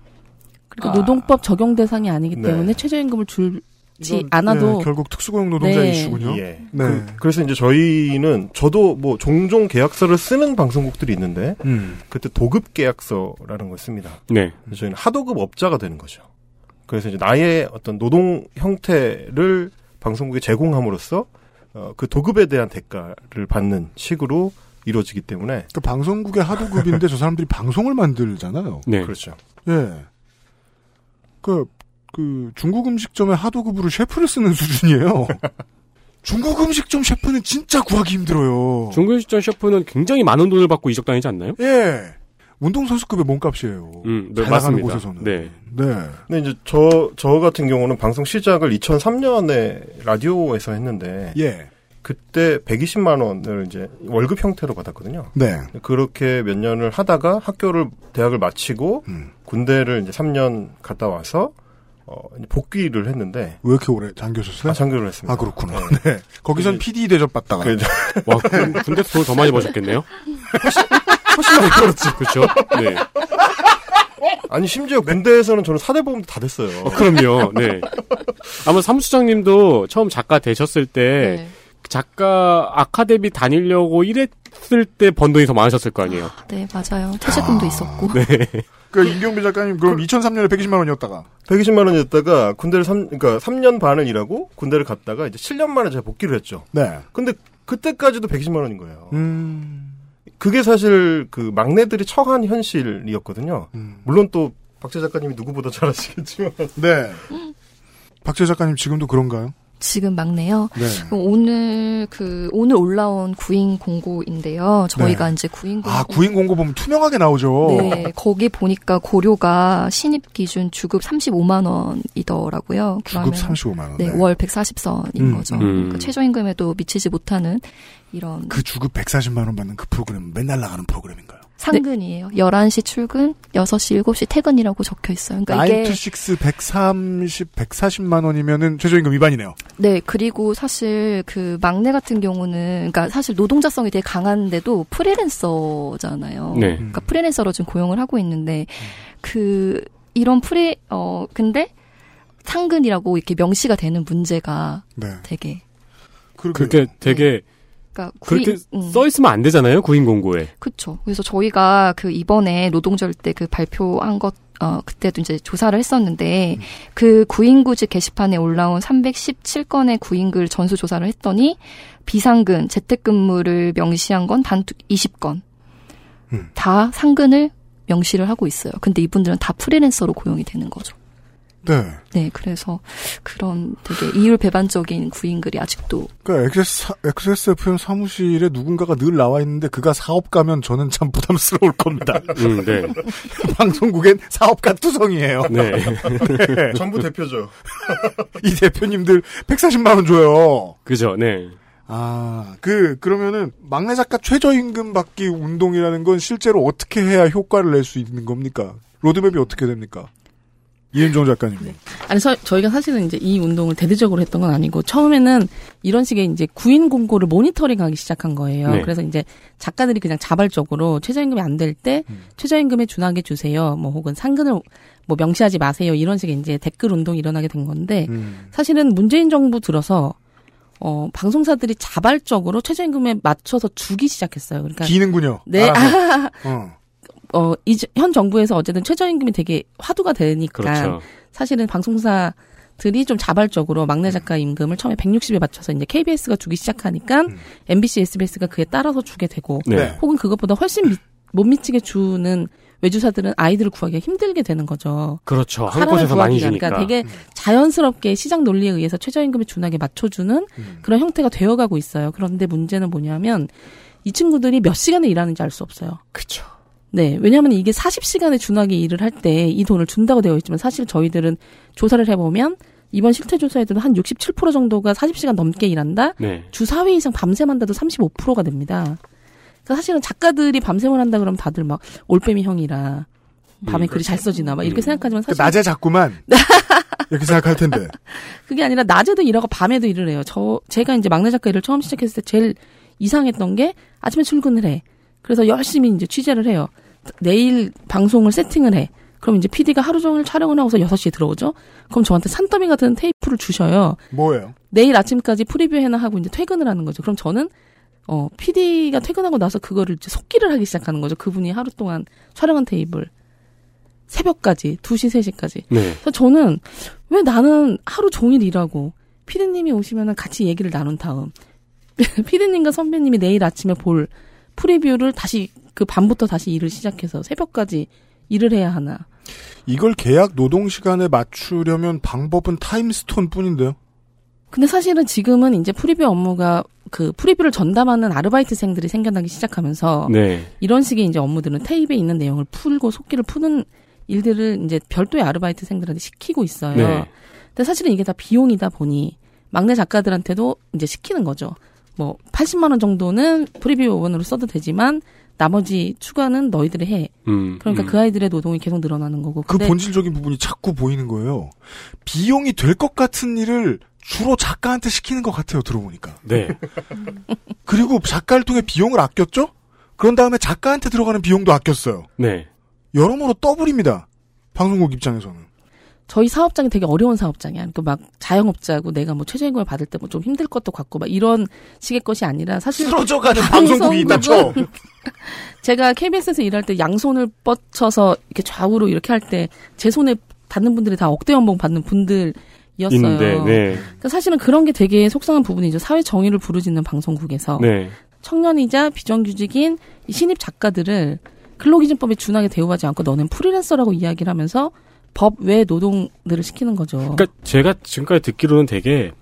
Speaker 4: 그러니까 노동법 적용 대상이 아니기
Speaker 9: 네.
Speaker 4: 때문에 최저임금을 줄지
Speaker 2: 이건,
Speaker 4: 않아도
Speaker 2: 예, 결국 특수고용 노동자
Speaker 4: 네.
Speaker 2: 이슈군요.
Speaker 9: 예.
Speaker 2: 네.
Speaker 9: 그, 래서 이제 저희는 저도 뭐 종종 계약서를 쓰는 방송국들이 있는데
Speaker 2: 음.
Speaker 9: 그때 도급 계약서라는 걸 씁니다.
Speaker 3: 네.
Speaker 9: 그래서 저희는 하도급 업자가 되는 거죠. 그래서 이제 나의 어떤 노동 형태를 방송국에 제공함으로써 어, 그 도급에 대한 대가를 받는 식으로 이루어지기 때문에
Speaker 2: 그 방송국의 하도급인데 저 사람들이 방송을 만들잖아요.
Speaker 3: 네.
Speaker 9: 그렇죠.
Speaker 2: 예. 그, 그, 중국 음식점의 하도급으로 셰프를 쓰는 수준이에요. 중국 음식점 셰프는 진짜 구하기 힘들어요.
Speaker 3: 중근시점 셰프는 굉장히 많은 돈을 받고 이적당하지 않나요?
Speaker 2: 예. 운동선수급의 몸값이에요.
Speaker 3: 음, 네,
Speaker 2: 잘 나가는
Speaker 3: 맞습니다.
Speaker 2: 곳에서는.
Speaker 3: 네.
Speaker 2: 네.
Speaker 9: 근데 이제 저, 저 같은 경우는 방송 시작을 2003년에 라디오에서 했는데
Speaker 2: 예.
Speaker 9: 그때 120만 원을 이제 월급 형태로 받았거든요.
Speaker 2: 네.
Speaker 9: 그렇게 몇 년을 하다가 학교를 대학을 마치고
Speaker 2: 음.
Speaker 9: 군대를 이제 3년 갔다 와서 어, 이제 복귀를 했는데
Speaker 2: 왜 이렇게 오래 잠겨셨어요?
Speaker 9: 아, 장교를 했습니다.
Speaker 2: 아, 그렇구나. 네. 거기선
Speaker 9: 이제-
Speaker 2: PD 대접 받다가.
Speaker 9: 그래서
Speaker 3: 와, 군- 군대에서 돈을 더 많이 버셨겠네요?
Speaker 9: 훨씬 더 그렇지.
Speaker 3: 그렇죠? 네.
Speaker 9: 아니 심지어 군대에서는 저는 사대보험도 다 됐어요.
Speaker 3: 어, 그럼요. 네. 아마 사무처장님도 처음 작가 되셨을 때
Speaker 10: 네.
Speaker 3: 작가 아카데미 다니려고 이랬을 때 번 돈이 더 많으셨을 거 아니에요.
Speaker 10: 네, 맞아요. 퇴직금도 있었고.
Speaker 4: 네.
Speaker 9: 그러니까
Speaker 2: 그, 임경빈 작가님, 그럼 2003년에 120만 원이었다가.
Speaker 9: 120만 원이었다가 군대를 3 그러니까 3년 반을 일하고 군대를 갔다가 이제 7년 만에 제가 복귀를 했죠.
Speaker 2: 네.
Speaker 9: 근데 그때까지도 120만 원인 거예요.
Speaker 2: 음.
Speaker 9: 그게 사실 그 막내들이 처한 현실이었거든요.
Speaker 2: 음.
Speaker 9: 물론 또 박재 작가님이 누구보다 잘 아시겠지만
Speaker 2: (laughs) 네. 박재 작가님 지금도 그런가요?
Speaker 10: (laughs) 지금 막내요.
Speaker 2: 네.
Speaker 10: 그럼 오늘 그 오늘 올라온 구인 공고인데요. 저희가
Speaker 2: 네.
Speaker 10: 이제 구인 공고
Speaker 2: 아, 구인 공고 보면 투명하게 나오죠.
Speaker 10: 네, 거기 보니까 고려가 신입 기준 주급 35만 원이더라고요.
Speaker 2: 주급 35만 원.
Speaker 10: 네, 월 140선인
Speaker 2: 음,
Speaker 10: 거죠.
Speaker 3: 음.
Speaker 10: 그러니까 최저임금에도 미치지 못하는 이런
Speaker 4: 네.
Speaker 2: 그 주급 140만 원 받는 그 프로그램은 맨날 나가는 프로그램인가요?
Speaker 10: 상근이에요. 11시 출근, 6시, 7시 퇴근이라고 적혀 있어요. 그러니까 이게
Speaker 2: 9to6 130, 140만 원이면은 최저임금 위반이네요.
Speaker 10: 네, 그리고 사실 그 막내 같은 경우는 그러니까 사실 노동자성이 되게 강한데도 프리랜서잖아요.
Speaker 3: 네.
Speaker 2: 음.
Speaker 10: 그러니까 프리랜서로 지금 고용을 하고 있는데 그 이런 프리 어 근데 상근이라고 이렇게 명시가 되는 문제가
Speaker 2: 네.
Speaker 10: 되게
Speaker 2: 그렇게
Speaker 3: 그렇게 되게
Speaker 10: 그러니까 구인-
Speaker 3: 그렇게
Speaker 10: 음.
Speaker 3: 써 있으면 안 되잖아요. 구인 공고에.
Speaker 10: 그렇죠. 그래서 저희가 그 이번에 노동절 때 그 발표한 것 어, 그때도 이제 조사를 했었는데, 그 구인구직 게시판에 올라온 317건의 구인글 전수조사를 했더니, 비상근, 재택근무를 명시한 건 단 20건.
Speaker 2: 음.
Speaker 10: 다 상근을 명시를 하고 있어요. 근데 이분들은 다 프리랜서로 고용이 되는 거죠.
Speaker 2: 네.
Speaker 10: 네, 그래서 그런 되게 이율배반적인 구인글이 아직도
Speaker 2: 그러니까 XS, XSFM 사무실에 누군가가 늘 나와 있는데 그가 사업가면 저는 참 부담스러울 겁니다. 그
Speaker 3: 음, 네.
Speaker 2: 방송국엔 사업가 투성이에요.
Speaker 3: 네. (laughs)
Speaker 9: 전부 대표죠.
Speaker 2: 이 대표님들 140만 원 줘요.
Speaker 3: 그죠. 네.
Speaker 2: 아, 그 그러면은 막내 작가 최저임금 받기 운동이라는 건 실제로 어떻게 해야 효과를 낼 수 있는 겁니까? 로드맵이 어떻게 됩니까? 이윤종 작가님이.
Speaker 4: 아니 서, 저희가 사실은 이제 이 운동을 대대적으로 했던 건 아니고 처음에는 이런 식의 이제 구인 공고를 모니터링하기 시작한 거예요.
Speaker 3: 네.
Speaker 4: 그래서 이제 작가들이 그냥 자발적으로 최저임금이 안 될 때
Speaker 2: 음.
Speaker 4: 최저임금에 준하게 주세요. 뭐 혹은 상근을 뭐 명시하지 마세요. 이런 식의 이제 댓글 운동이 일어나게 된 건데
Speaker 2: 음.
Speaker 4: 사실은 문재인 정부 들어서 어 방송사들이 자발적으로 최저임금에 맞춰서 주기 시작했어요. 그러니까
Speaker 2: 기는군요.
Speaker 4: 네.
Speaker 2: 알아서. 어.
Speaker 4: 어, 이제 현 정부에서 어쨌든 최저임금이 되게 화두가 되니까
Speaker 3: 그렇죠.
Speaker 4: 사실은 방송사들이 좀 자발적으로 막내 작가 임금을 처음에 160에 맞춰서 이제 KBS가 주기 시작하니까
Speaker 3: 음.
Speaker 4: MBC, SBS가 그에 따라서 주게 되고
Speaker 3: 네.
Speaker 2: 네.
Speaker 4: 혹은 그것보다 훨씬 미- 못 미치게 주는 외주사들은 아이들을 구하기가 힘들게 되는 거죠.
Speaker 3: 그렇죠. 한
Speaker 4: 사람을
Speaker 3: 곳에서 많이
Speaker 4: 구하기가.
Speaker 3: 주니까. 음.
Speaker 4: 그러니까 되게 자연스럽게 시장 논리에 의해서 최저임금에 준하게 맞춰주는 그런 형태가 되어가고 있어요. 그런데 문제는 뭐냐면 이 친구들이 몇 시간을 일하는지 알 수 없어요.
Speaker 3: 그쵸.
Speaker 4: 네, 왜냐하면 이게 40시간에 준하게 일을 할 때 이 돈을 준다고 되어 있지만 사실 저희들은 조사를 해보면 이번 실태 조사에도 한 67% 정도가 40시간 넘게 일한다.
Speaker 3: 네.
Speaker 4: 주 4회 이상 밤샘 한다도 35%가 됩니다. 그러니까 사실은 작가들이 밤샘을 한다 그러면 다들 막 올빼미 형이라
Speaker 3: 음,
Speaker 4: 밤에 글이 잘 써지나 막 이렇게
Speaker 3: 음.
Speaker 4: 생각하지만 사실
Speaker 2: 그러니까 낮에 자꾸만
Speaker 4: 네.
Speaker 2: 이렇게 생각할 텐데.
Speaker 4: 그게 아니라 낮에도 일하고 밤에도 일을 해요. 저 제가 이제 막내 작가 일을 처음 시작했을 때 제일 이상했던 게 아침에 출근을 해. 그래서 열심히 이제 취재를 해요. 내일 방송을 세팅을 해. 그럼 이제 PD가 하루 종일 촬영을 하고서 6시에 들어오죠. 그럼 저한테 산더미 같은 테이프를 주셔요.
Speaker 2: 뭐예요?
Speaker 4: 내일 아침까지 프리뷰 해나 하고 이제 퇴근을 하는 거죠. 그럼 저는 어 PD가 퇴근하고 나서 그거를 이제 속기를 하기 시작하는 거죠. 그분이 하루 동안 촬영한 테이블 새벽까지 2시 3시까지
Speaker 3: 네.
Speaker 4: 그래서 저는 왜 나는 하루 종일 일하고 피디님이 오시면 같이 얘기를 나눈 다음 피디님과 선배님이 내일 아침에 볼 프리뷰를 다시 그 밤부터 다시 일을 시작해서 새벽까지 일을 해야 하나
Speaker 2: 이걸 계약 노동 시간에 맞추려면 방법은 타임스톤 뿐인데요.
Speaker 4: 근데 사실은 지금은 이제 프리뷰 업무가 그 프리뷰를 전담하는 아르바이트생들이 생겨나기 시작하면서
Speaker 3: 네.
Speaker 4: 이런 식의 이제 업무들은 테이프에 있는 내용을 풀고 속기를 푸는 일들을 이제 별도의 아르바이트생들한테 시키고 있어요.
Speaker 3: 네.
Speaker 4: 근데 사실은 이게 다 비용이다 보니 막내 작가들한테도 이제 시키는 거죠. 뭐 80만 원 정도는 프리뷰 요원으로 써도 되지만 나머지 추가는 너희들이 해.
Speaker 3: 음.
Speaker 4: 그러니까
Speaker 3: 음.
Speaker 4: 그 아이들의 노동이 계속 늘어나는 거고.
Speaker 2: 그
Speaker 4: 근데
Speaker 2: 본질적인 부분이 자꾸 보이는 거예요. 비용이 될 것 같은 일을 주로 작가한테 시키는 것 같아요. 들어보니까.
Speaker 3: 네.
Speaker 2: 그리고 작가를 통해 비용을 아꼈죠? 그런 다음에 작가한테 들어가는 비용도 아꼈어요.
Speaker 3: 네.
Speaker 2: 여러모로 떠불입니다. 방송국 입장에서는.
Speaker 4: 저희 사업장이 되게 어려운 사업장이야. 그러니까 막 자영업자고 내가 뭐 최저임금을 받을 때 뭐 좀 힘들 것도 같고 막 이런 식의 것이 아니라 사실
Speaker 2: 쓰러져가는
Speaker 4: 방송국이 있다 쳐. 제가 KBS에서 일할 때 양손을 뻗쳐서 이렇게 좌우로 이렇게 할 때 제 손에 받는 분들이 다 억대 연봉 받는 분들이었어요.
Speaker 3: 있는데, 네.
Speaker 4: 그러니까 사실은 그런 게 되게 속상한 부분이죠. 사회 정의를 부르짖는 방송국에서
Speaker 3: 네.
Speaker 4: 청년이자 비정규직인 이 신입 작가들을 근로기준법에 준하게 대우하지 않고 너는 프리랜서라고 이야기를 하면서 법 외 노동들을 시키는 거죠.
Speaker 3: 그러니까 제가 지금까지 듣기로는 되게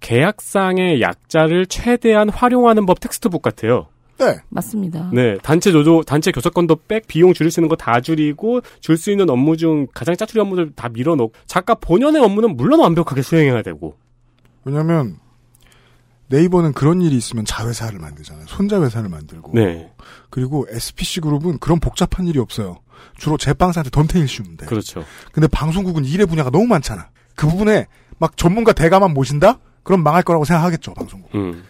Speaker 3: 계약상의 약자를 최대한 활용하는 법 텍스트북 같아요.
Speaker 2: (laughs) 네.
Speaker 4: 맞습니다.
Speaker 3: 네, 단체 조조, 단체 교섭권도 빽 비용 줄일 수 있는 거 다 줄이고 줄 수 있는 업무 중 가장 짜투리 업무들 다 밀어넣고 작가 본연의 업무는 물론 완벽하게 수행해야 되고.
Speaker 2: 왜냐면 네이버는 그런 일이 있으면 자회사를 만들잖아요. 손자회사를 만들고.
Speaker 3: 네,
Speaker 2: 그리고 SPC 그룹은 그런 복잡한 일이 없어요. 주로 제빵사한테 던탱이 씌우는데.
Speaker 3: 그렇죠.
Speaker 2: 근데 방송국은 일의 분야가 너무 많잖아. 그 부분에 막 전문가 대가만 모신다? 그럼 망할 거라고 생각하겠죠, 방송국.
Speaker 3: 음,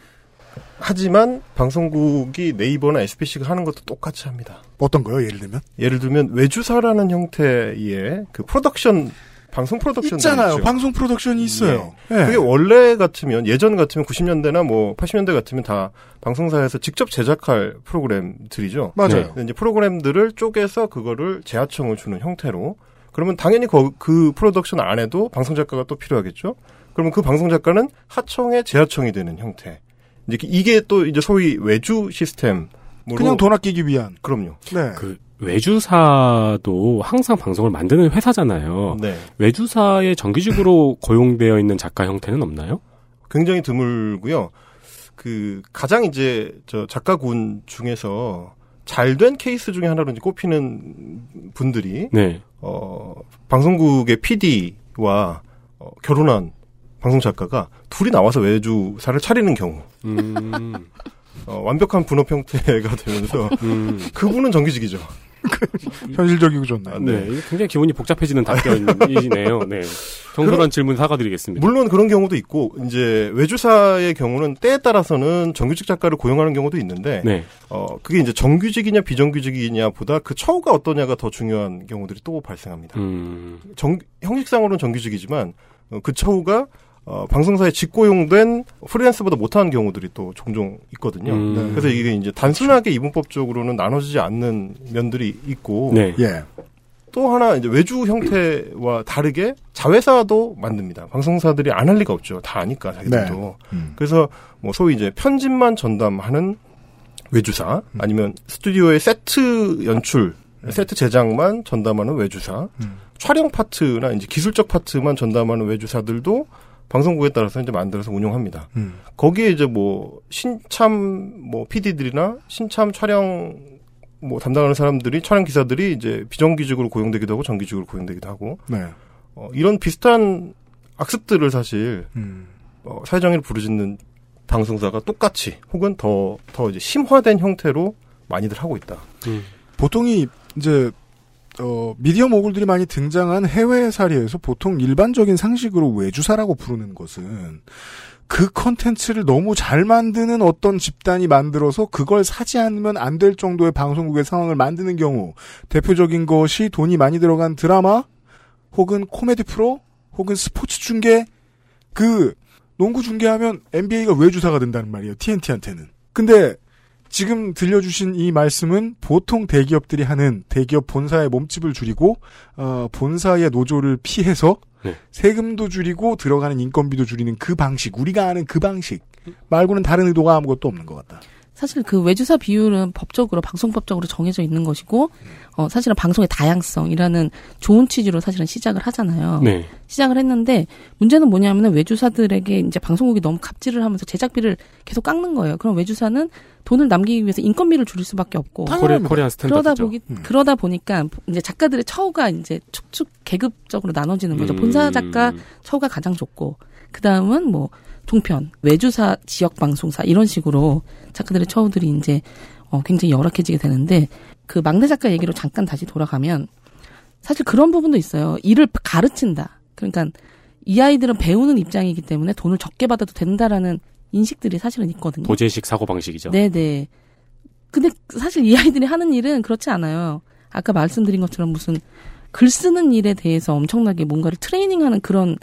Speaker 9: 하지만 방송국이 네이버나 SBC가 하는 것도 똑같이 합니다.
Speaker 2: 어떤 거요, 예를 들면?
Speaker 9: 예를 들면 외주사라는 형태의 그 프로덕션 방송 프로덕션
Speaker 2: 있잖아요. 방송 프로덕션이 있어요. 예.
Speaker 9: 네. 그게 원래 같으면 예전 같으면 90년대나 뭐 80년대 같으면 다 방송사에서 직접 제작할 프로그램들이죠.
Speaker 2: 맞아요. 네.
Speaker 9: 근데 이제 프로그램들을 쪼개서 그거를 재하청을 주는 형태로 그러면 당연히 거- 그 프로덕션 안에도 방송 작가가 또 필요하겠죠. 그러면 그 방송 작가는 하청에 재하청이 되는 형태. 이제 이게 또 이제 소위 외주 시스템.
Speaker 2: 그냥 돈 아끼기 위한.
Speaker 9: 그럼요.
Speaker 2: 네.
Speaker 3: 그 외주사도 항상 방송을 만드는 회사잖아요.
Speaker 9: 네.
Speaker 3: 외주사에 정규직으로 (laughs) 고용되어 있는 작가 형태는 없나요?
Speaker 9: 굉장히 드물고요. 그 가장 이제 저 작가군 중에서 잘 된 케이스 중에 하나로 이제 꼽히는 분들이
Speaker 3: 네,
Speaker 9: 어 방송국의 PD와 어, 결혼한 방송 작가가 둘이 나와서 외주사를 차리는 경우
Speaker 3: 음,
Speaker 9: 어, 완벽한 분업 형태가 되면서
Speaker 3: 음,
Speaker 9: 그분은 정규직이죠.
Speaker 2: 현실적이고
Speaker 9: 아,
Speaker 2: 좋네요.
Speaker 3: 네. 이게 굉장히 기분이 복잡해지는 답변이시네요. 네. 정선한 질문 사과드리겠습니다.
Speaker 9: 물론 그런 경우도 있고 이제 외주사의 경우는 때에 따라서는 정규직 작가를 고용하는 경우도 있는데
Speaker 3: 네.
Speaker 9: 어 그게 이제 정규직이냐 비정규직이냐보다 그 처우가 어떠냐가 더 중요한 경우들이 또 발생합니다.
Speaker 3: 음.
Speaker 9: 정- 형식상으로는 정규직이지만 어, 그 처우가 어, 방송사에 직고용된 프리랜서보다 못한 경우들이 또 종종 있거든요.
Speaker 3: 음.
Speaker 2: 네.
Speaker 9: 그래서 이게 이제 단순하게 이분법적으로는 나눠지지 않는 면들이 있고
Speaker 3: 네.
Speaker 2: 예.
Speaker 9: 또 하나 이제 외주 형태와 다르게 자회사도 만듭니다. 방송사들이 안 할 리가 없죠. 다 아니까 자기들도.
Speaker 2: 음.
Speaker 9: 그래서 뭐 소위 이제 편집만 전담하는 외주사 아니면 스튜디오의 세트 연출, 세트 제작만 전담하는 외주사,
Speaker 2: 음.
Speaker 9: 촬영 파트나 이제 기술적 파트만 전담하는 외주사들도 방송국에 따라서 이제 만들어서 운영합니다.
Speaker 2: 음.
Speaker 9: 거기에 이제 뭐 신참 뭐 PD들이나 신참 촬영 뭐 담당하는 사람들이 촬영 기사들이 이제 비정규직으로 고용되기도 하고 정규직으로 고용되기도 하고
Speaker 2: 네.
Speaker 9: 어, 이런 비슷한 악습들을 사실
Speaker 2: 음.
Speaker 9: 어, 사회정의를 부르짖는 방송사가 똑같이 혹은 더, 더 이제 심화된 형태로 많이들 하고 있다.
Speaker 2: 보통이 이제 어, 미디어 모굴들이 많이 등장한 해외 사례에서 보통 일반적인 상식으로 외주사라고 부르는 것은 그 컨텐츠를 너무 잘 만드는 어떤 집단이 만들어서 그걸 사지 않으면 안 될 정도의 방송국의 상황을 만드는 경우 대표적인 것이 돈이 많이 들어간 드라마 혹은 코미디 프로 혹은 스포츠 중계 그 농구 중계하면 NBA가 외주사가 된다는 말이에요 TNT한테는 근데 지금 들려주신 이 말씀은 보통 대기업들이 하는 대기업 본사의 몸집을 줄이고 어, 본사의 노조를 피해서
Speaker 3: 네.
Speaker 2: 세금도 줄이고 들어가는 인건비도 줄이는 그 방식 우리가 아는 그 방식 말고는 다른 의도가 아무것도 없는 것 같다.
Speaker 10: 사실 그 외주사 비율은 법적으로 방송법적으로 정해져 있는 것이고 어 사실은 방송의 다양성이라는 좋은 취지로 사실은 시작을 하잖아요.
Speaker 3: 네.
Speaker 10: 시작을 했는데 문제는 뭐냐면은 외주사들에게 이제 방송국이 너무 갑질을 하면서 제작비를 계속 깎는 거예요. 그럼 외주사는 돈을 남기기 위해서 인건비를 줄일 수밖에 없고
Speaker 3: 코리,
Speaker 2: 뭐-
Speaker 3: 코리안
Speaker 10: 그러다
Speaker 3: 스탠다드죠.
Speaker 10: 보기
Speaker 2: 음.
Speaker 10: 그러다 보니까 이제 작가들의 처우가 이제 축축 계급적으로 나눠지는
Speaker 3: 음.
Speaker 10: 거죠. 그렇죠. 본사 작가 처우가 가장 좋고 그 다음은 뭐 종편, 외주사, 지역 방송사 이런 식으로 작가들의 처우들이 이제 어, 굉장히 열악해지게 되는데 그 막내 작가 얘기로 잠깐 다시 돌아가면 사실 그런 부분도 있어요. 일을 가르친다. 그러니까 이 아이들은 배우는 입장이기 때문에 돈을 적게 받아도 된다라는 인식들이 사실은 있거든요.
Speaker 3: 도제식 사고 방식이죠.
Speaker 10: 네네. 근데 사실 이 아이들이 하는 일은 그렇지 않아요. 아까 말씀드린 것처럼 무슨 글 쓰는 일에 대해서 엄청나게 뭔가를 트레이닝하는 그런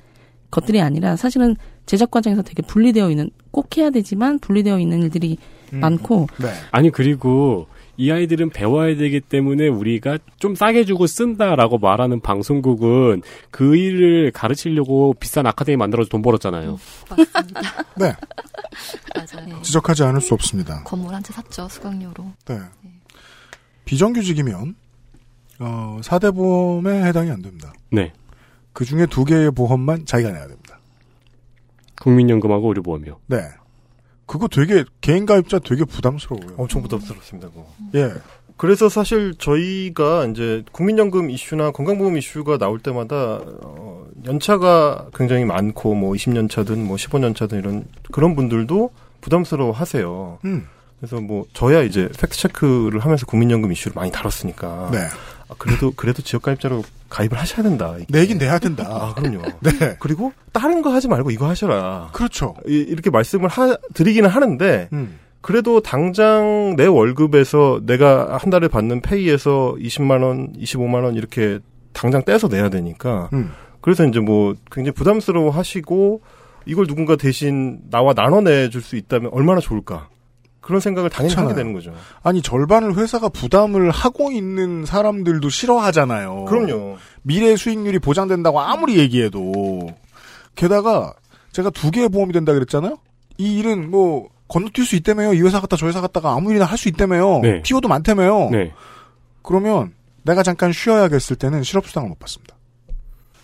Speaker 10: 것들이 아니라 사실은 제작 과정에서 되게 분리되어 있는 꼭 해야 되지만 분리되어 있는 일들이
Speaker 9: 음.
Speaker 10: 많고
Speaker 2: 네.
Speaker 3: 아니 그리고 이 아이들은 배워야 되기 때문에 우리가 좀 싸게 주고 쓴다라고 말하는 방송국은 그 일을 가르치려고 비싼 아카데미 만들어서 돈
Speaker 10: 음.
Speaker 3: 벌었잖아요.
Speaker 2: 네.
Speaker 4: 네.
Speaker 8: 맞아요.
Speaker 2: 지적하지 않을 수 없습니다.
Speaker 8: 건물 한 채 샀죠 수강료로.
Speaker 2: 네. 비정규직이면 어, 4대 보험에 해당이 안 됩니다.
Speaker 3: 네.
Speaker 2: 그 중에 두 개의 보험만 자기가 내야 됩니다.
Speaker 3: 국민연금하고 의료보험이요.
Speaker 2: 네. 그거 되게 개인 가입자 되게 부담스러워요.
Speaker 9: 엄청 부담스럽습니다. 그거.
Speaker 2: 예.
Speaker 9: 그래서 사실 저희가 이제 국민연금 이슈나 건강보험 이슈가 나올 때마다 어, 연차가 굉장히 많고 뭐 20년 차든 뭐 15년 차든 이런 그런 분들도 부담스러워 하세요.
Speaker 2: 음.
Speaker 9: 그래서 뭐 저야 이제 팩트 체크를 하면서 국민연금 이슈를 많이 다뤘으니까
Speaker 2: 네.
Speaker 9: 아, 그래도 그래도 지역 가입자로 가입을 하셔야 된다.
Speaker 2: 내 얘긴 내야 된다.
Speaker 9: 아, 그럼요.
Speaker 2: (laughs) 네.
Speaker 9: 그리고 다른 거 하지 말고 이거 하셔라.
Speaker 2: 그렇죠.
Speaker 9: 이- 이렇게 말씀을 하- 드리기는 하는데
Speaker 2: 음.
Speaker 9: 그래도 당장 내 월급에서 내가 한 달에 받는 페이에서 20만 원, 25만 원 이렇게 당장 떼서 내야 되니까
Speaker 2: 음.
Speaker 9: 그래서 이제 뭐 굉장히 부담스러워 하시고 이걸 누군가 대신 나와 나눠내 줄 수 있다면 얼마나 좋을까 그런 생각을 당연히
Speaker 2: 그렇잖아요.
Speaker 9: 하게 되는 거죠.
Speaker 2: 아니 절반을 회사가 부담을 하고 있는 사람들도 싫어하잖아요.
Speaker 9: 그럼요.
Speaker 2: 미래 수익률이 보장된다고 아무리 얘기해도 게다가 제가 두 개의 보험이 된다 그랬잖아요. 이 일은 뭐 건너뛸 수 있다며요. 이 회사 갔다 저 회사 갔다가 아무 일이나 할 수 있다며요.
Speaker 3: 네.
Speaker 2: 피오도
Speaker 9: 어.
Speaker 2: 많다며요.
Speaker 3: 네.
Speaker 2: 그러면 내가 잠깐 쉬어야겠을 때는 실업수당을 못 받습니다.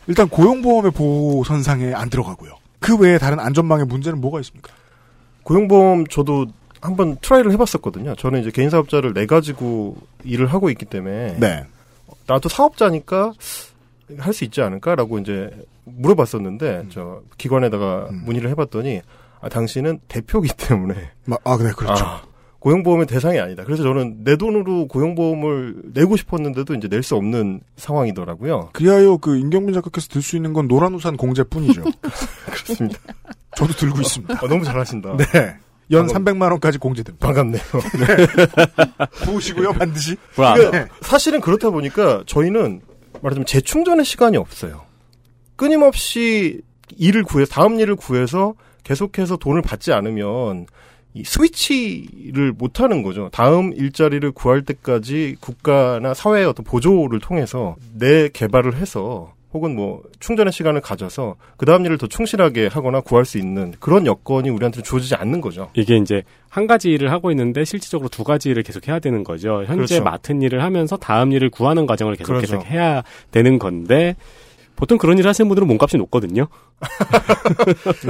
Speaker 2: 일단 고용보험의 보호선상에 안 들어가고요. 그 외에 다른 안전망의 문제는 뭐가 있습니까?
Speaker 9: 고용보험 저도 한번 트라이를 해봤었거든요. 저는 이제 개인 사업자를 내 가지고 일을 하고 있기 때문에
Speaker 2: 네.
Speaker 9: 나도 사업자니까 할 수 있지 않을까라고 이제 물어봤었는데 저 기관에다가
Speaker 2: 음.
Speaker 9: 문의를 해봤더니 아, 당신은 대표기 (laughs) 때문에
Speaker 2: 마- 아, 네, 그렇죠.
Speaker 9: 아, 고용보험의 대상이 아니다. 그래서 저는 내 돈으로 고용보험을 내고 싶었는데도 이제 낼 수 없는 상황이더라고요.
Speaker 2: 그리하여 그 임경빈 작가께서 들 수 있는 건 노란 우산 공제뿐이죠.
Speaker 9: (laughs) 그렇습니다.
Speaker 2: 저도
Speaker 9: (laughs)
Speaker 2: 들고 있습니다.
Speaker 9: 아, 너무 잘하신다.
Speaker 2: 네. 연
Speaker 9: 방금-
Speaker 2: 300만 원까지
Speaker 9: (laughs)
Speaker 2: 공제됩니다. 네.
Speaker 9: 반갑네요.
Speaker 2: 부으시고요 반드시.
Speaker 3: 불안.
Speaker 9: 그러니까 사실은 그렇다 보니까 저희는 말하자면 재충전의 시간이 없어요. 끊임없이 일을 구해서 다음 일을 구해서 계속해서 돈을 받지 않으면 이 스위치를 못 하는 거죠. 다음 일자리를 구할 때까지 국가나 사회의 어떤 보조를 통해서 내 개발을 해서 혹은 뭐 충전의 시간을 가져서 그 다음 일을 더 충실하게 하거나 구할 수 있는 그런 여건이 우리한테 주어지지 않는 거죠.
Speaker 3: 이게 이제 한 가지 일을 하고 있는데 실질적으로 두 가지 일을 계속 해야 되는 거죠. 현재
Speaker 9: 그렇죠.
Speaker 3: 맡은 일을 하면서 다음 일을 구하는 과정을 계속
Speaker 9: 그렇죠.
Speaker 3: 계속 해야 되는 건데 보통 그런 일 하시는 분들은 몸값이 높거든요.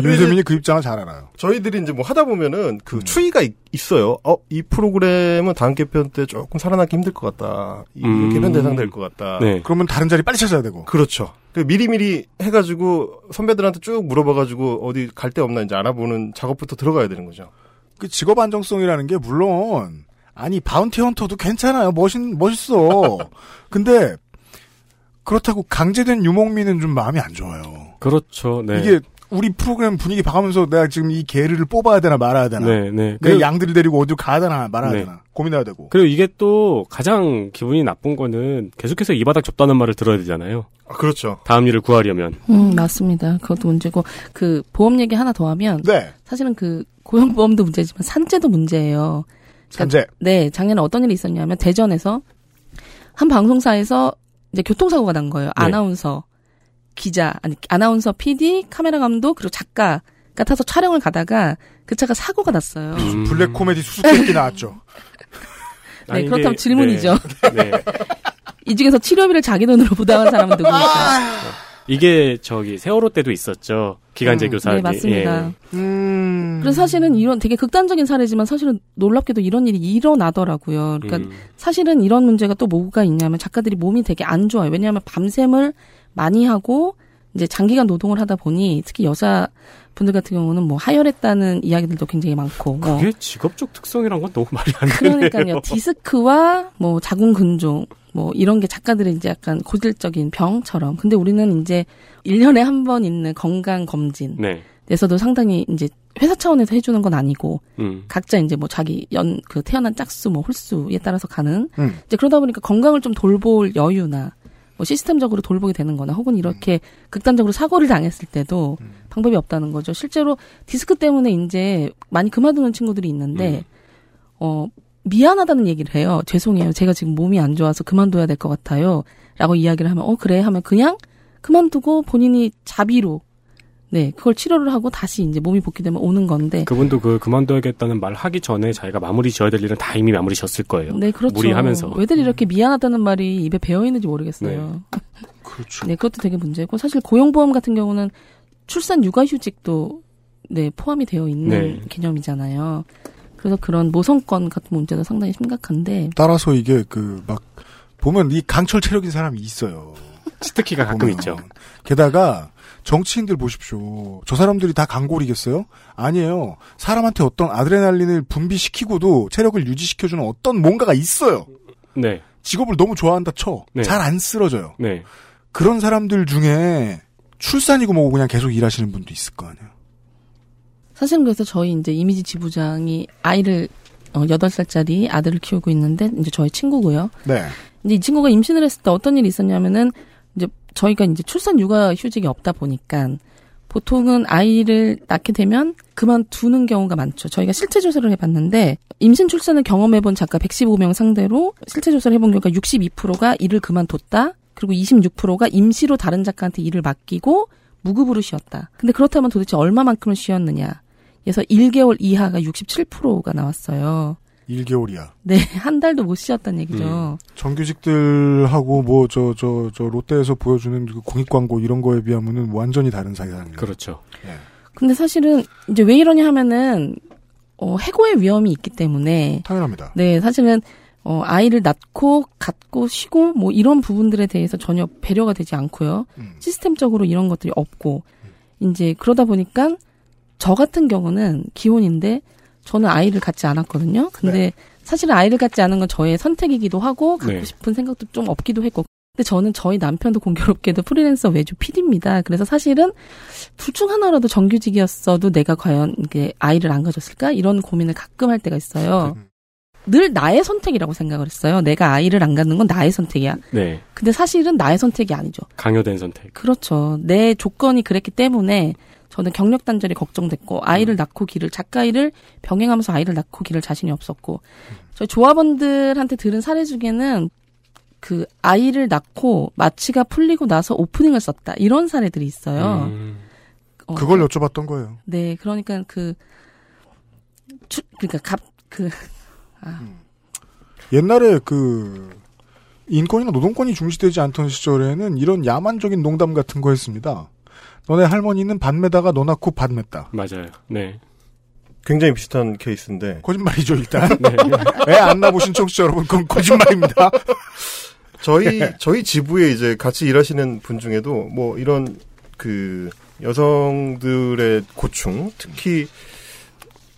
Speaker 2: 윤세민이 그 입장을 잘 알아요.
Speaker 9: 저희들이 이제 뭐 하다 보면은 그
Speaker 2: 음.
Speaker 9: 추이가 있, 어요 어, 이 프로그램은 다음 개편 때 조금 살아남기 힘들 것 같다. 이
Speaker 3: 음.
Speaker 9: 개편 대상 될 것 같다.
Speaker 3: 네.
Speaker 2: 그러면 다른 자리 빨리 찾아야 되고.
Speaker 9: 그렇죠. 그 미리미리 해가지고 선배들한테 쭉 물어봐가지고 어디 갈 데 없나 이제 알아보는 작업부터 들어가야 되는 거죠.
Speaker 2: 그 직업 안정성이라는 게 물론 아니 바운티 헌터도 괜찮아요. 멋있
Speaker 3: (laughs)
Speaker 2: 멋있어. 근데 그렇다고 강제된 유목민은 좀 마음이 안 좋아요.
Speaker 3: 그렇죠. 네.
Speaker 2: 이게 우리 프로그램 분위기 봐가면서 내가 지금 이 개를 뽑아야 되나 말아야 되나.
Speaker 3: 네, 네.
Speaker 2: 내
Speaker 3: 그리고-
Speaker 2: 양들을 데리고 어디로 가야 되나 말아야
Speaker 3: 네.
Speaker 2: 되나 고민해야 되고.
Speaker 3: 그리고 이게 또 가장 기분이 나쁜 거는 계속해서 이 바닥 접다는 말을 들어야 되잖아요.
Speaker 9: 아, 그렇죠.
Speaker 3: 다음 일을 구하려면.
Speaker 10: 음, 맞습니다. 그것도 문제고 그 보험 얘기 하나 더 하면
Speaker 2: 네.
Speaker 10: 사실은 그 고용보험도 문제지만 산재도 문제예요.
Speaker 2: 산재.
Speaker 10: 네, 작년에 어떤 일이 있었냐면 대전에서 한 방송사에서 이제 교통사고가 난
Speaker 3: 네.
Speaker 10: 거예요. 아나운서, 기자, 아니 아나운서, PD, 카메라 감독 그리고 작가가 타서 촬영을 가다가 그 차가 사고가 났어요.
Speaker 3: 음.
Speaker 2: 블랙 코미디 수수께끼
Speaker 9: (laughs)
Speaker 2: 나왔죠.
Speaker 10: 네,
Speaker 3: 아니,
Speaker 10: 그렇다면
Speaker 3: 이게-
Speaker 10: 질문이죠.
Speaker 3: (laughs) 네. 네.
Speaker 10: 이 중에서 치료비를 자기 돈으로 부담한 사람은
Speaker 3: (laughs)
Speaker 10: 누구입니까?
Speaker 3: 이게 저기 세월호 때도 있었죠. 기간제
Speaker 2: 음.
Speaker 3: 교사기.
Speaker 10: 네, 맞습니다.
Speaker 3: 예.
Speaker 2: 음.
Speaker 10: 그래서 사실은 이런 되게 극단적인 사례지만 사실은 놀랍게도 이런 일이 일어나더라고요. 그러니까
Speaker 3: 음.
Speaker 10: 사실은 이런 문제가 또 뭐가 있냐면 작가들이 몸이 되게 안 좋아요. 왜냐하면 밤샘을 많이 하고 이제 장기간 노동을 하다 보니 특히 여자 분들 같은 경우는 뭐 하혈했다는 이야기들도 굉장히 많고 뭐
Speaker 3: 그게 직업적 특성이란 건 너무 말이 안 되네요.
Speaker 10: 그러니까요 디스크와 뭐 자궁 근종 뭐 이런 게 작가들의 이제 약간 고질적인 병처럼 근데 우리는 이제 1년에 한 번 있는 건강 검진
Speaker 3: (laughs) 네.
Speaker 10: 에서도 상당히 이제 회사 차원에서 해주는 건 아니고
Speaker 3: 음.
Speaker 10: 각자 이제 뭐 자기 연 그 태어난 짝수 뭐 홀수에 따라서 가는
Speaker 2: 음.
Speaker 10: 이제 그러다 보니까 건강을 좀 돌볼 여유나 뭐 시스템적으로 돌보게 되는 거나 혹은 이렇게 극단적으로 사고를 당했을 때도 방법이 없다는 거죠. 실제로 디스크 때문에 이제 많이 그만두는 친구들이 있는데
Speaker 3: 음.
Speaker 10: 어 미안하다는 얘기를 해요. 죄송해요. 제가 지금 몸이 안 좋아서 그만둬야 될 것 같아요. 라고 이야기를 하면 어 그래 하면 그냥 그만두고 본인이 자비로 네, 그걸 치료를 하고 다시 이제 몸이 복귀되면 오는 건데
Speaker 3: 그분도 그 그만둬야겠다는 말 하기 전에 자기가 마무리 지어야 될 일은 다 이미 마무리 지었을 거예요.
Speaker 10: 네, 그렇죠.
Speaker 3: 무리하면서.
Speaker 10: 왜들 이렇게 미안하다는 말이 입에 배어 있는지 모르겠어요. 네.
Speaker 2: 그렇죠.
Speaker 10: 그것도 되게 문제고 사실 고용보험 같은 경우는 출산 육아휴직도 네 포함이 되어 있는
Speaker 3: 네.
Speaker 10: 개념이잖아요. 그래서 그런 모성권 같은 문제도 상당히 심각한데
Speaker 2: 따라서 이게 그 막 보면 이 강철 체력인 사람이 있어요.
Speaker 3: 스티키가 가끔
Speaker 2: 보면.
Speaker 3: 있죠.
Speaker 2: 게다가 정치인들 보십시오. 저 사람들이 다 강골이겠어요? 아니에요. 사람한테 어떤 아드레날린을 분비시키고도 체력을 유지시켜주는 어떤 뭔가가 있어요.
Speaker 3: 네.
Speaker 2: 직업을 너무 좋아한다 쳐.
Speaker 3: 네.
Speaker 2: 잘 안 쓰러져요.
Speaker 3: 네.
Speaker 2: 그런 사람들 중에 출산이고 뭐고 그냥 계속 일하시는 분도 있을 거 아니에요.
Speaker 10: 사실은 그래서 저희 이제 이미지 지부장이 아이를 어, 8살짜리 아들을 키우고 있는데 이제 저희 친구고요.
Speaker 2: 네.
Speaker 10: 근데 이 친구가 임신을 했을 때 어떤 일이 있었냐면은 이제 저희가 이제 출산 육아 휴직이 없다 보니까 보통은 아이를 낳게 되면 그만두는 경우가 많죠. 저희가 실태 조사를 해봤는데 임신 출산을 경험해본 작가 115명 상대로 실태 조사를 해본 결과 62%가 일을 그만뒀다. 그리고 26%가 임시로 다른 작가한테 일을 맡기고 무급으로 쉬었다. 근데 그렇다면 도대체 얼마만큼을 쉬었느냐? 그래서 1개월 이하가 67%가 나왔어요.
Speaker 2: 1개월이야.
Speaker 10: 네, 한 달도 못 쉬었다는 얘기죠.
Speaker 2: 정규직들하고 뭐 저 저 저 롯데에서 보여주는 그 공익 광고 이런 거에 비하면은 완전히 다른 사이라는 거.
Speaker 3: 그렇죠.
Speaker 10: 근데 사실은 이제 왜 이러냐 하면은 어, 해고의 위험이 있기 때문에
Speaker 2: 당연합니다.
Speaker 10: 네 사실은 어, 아이를 낳고 갖고 쉬고 뭐 이런 부분들에 대해서 전혀 배려가 되지 않고요
Speaker 2: 음.
Speaker 10: 시스템적으로 이런 것들이 없고 이제 그러다 보니까 저 같은 경우는 기혼인데 저는 아이를 갖지 않았거든요. 근데 사실 아이를 갖지 않은 건 저의 선택이기도 하고 갖고
Speaker 3: 네.
Speaker 10: 싶은 생각도 좀 없기도 했고. 근데 저는 저희 남편도 공교롭게도 프리랜서 외주 PD입니다. 그래서 사실은 둘 중 하나라도 정규직이었어도 내가 과연 이게 아이를 안 가졌을까 이런 고민을 가끔 할 때가 있어요.
Speaker 2: 네.
Speaker 10: 늘 나의 선택이라고 생각을 했어요. 내가 아이를 안 갖는 건 나의 선택이야.
Speaker 3: 네.
Speaker 10: 근데 사실은 나의 선택이 아니죠.
Speaker 3: 강요된 선택.
Speaker 10: 그렇죠. 내 조건이 그랬기 때문에 저는 경력 단절이 걱정됐고 아이를
Speaker 2: 음.
Speaker 10: 낳고 길을 작가 일을 병행하면서 아이를 낳고 길을 자신이 없었고 저희 조합원들한테 들은 사례 중에는 그 아이를 낳고 마취가 풀리고 나서 오프닝을 썼다 이런 사례들이 있어요.
Speaker 3: 음,
Speaker 10: 어,
Speaker 2: 그걸 여쭤봤던 거예요.
Speaker 10: 네, 그러니까 그 추, 그러니까 갑그
Speaker 2: 옛날에 그 인권이나 노동권이 중시되지 않던 시절에는 이런 야만적인 농담 같은 거 했습니다. 너네 할머니는 밭매다가너 낳고 밭맸다
Speaker 3: 맞아요. 네.
Speaker 9: 굉장히 비슷한 케이스인데
Speaker 2: 거짓말이죠
Speaker 9: (laughs)
Speaker 2: 일단.
Speaker 9: 네.
Speaker 3: 네.
Speaker 2: 애 안 낳으신 청취자 여러분 그건 거짓말입니다.
Speaker 9: 저희 저희 지부에 이제 같이 일하시는 분 중에도 뭐 이런 그 여성들의 고충 음? 특히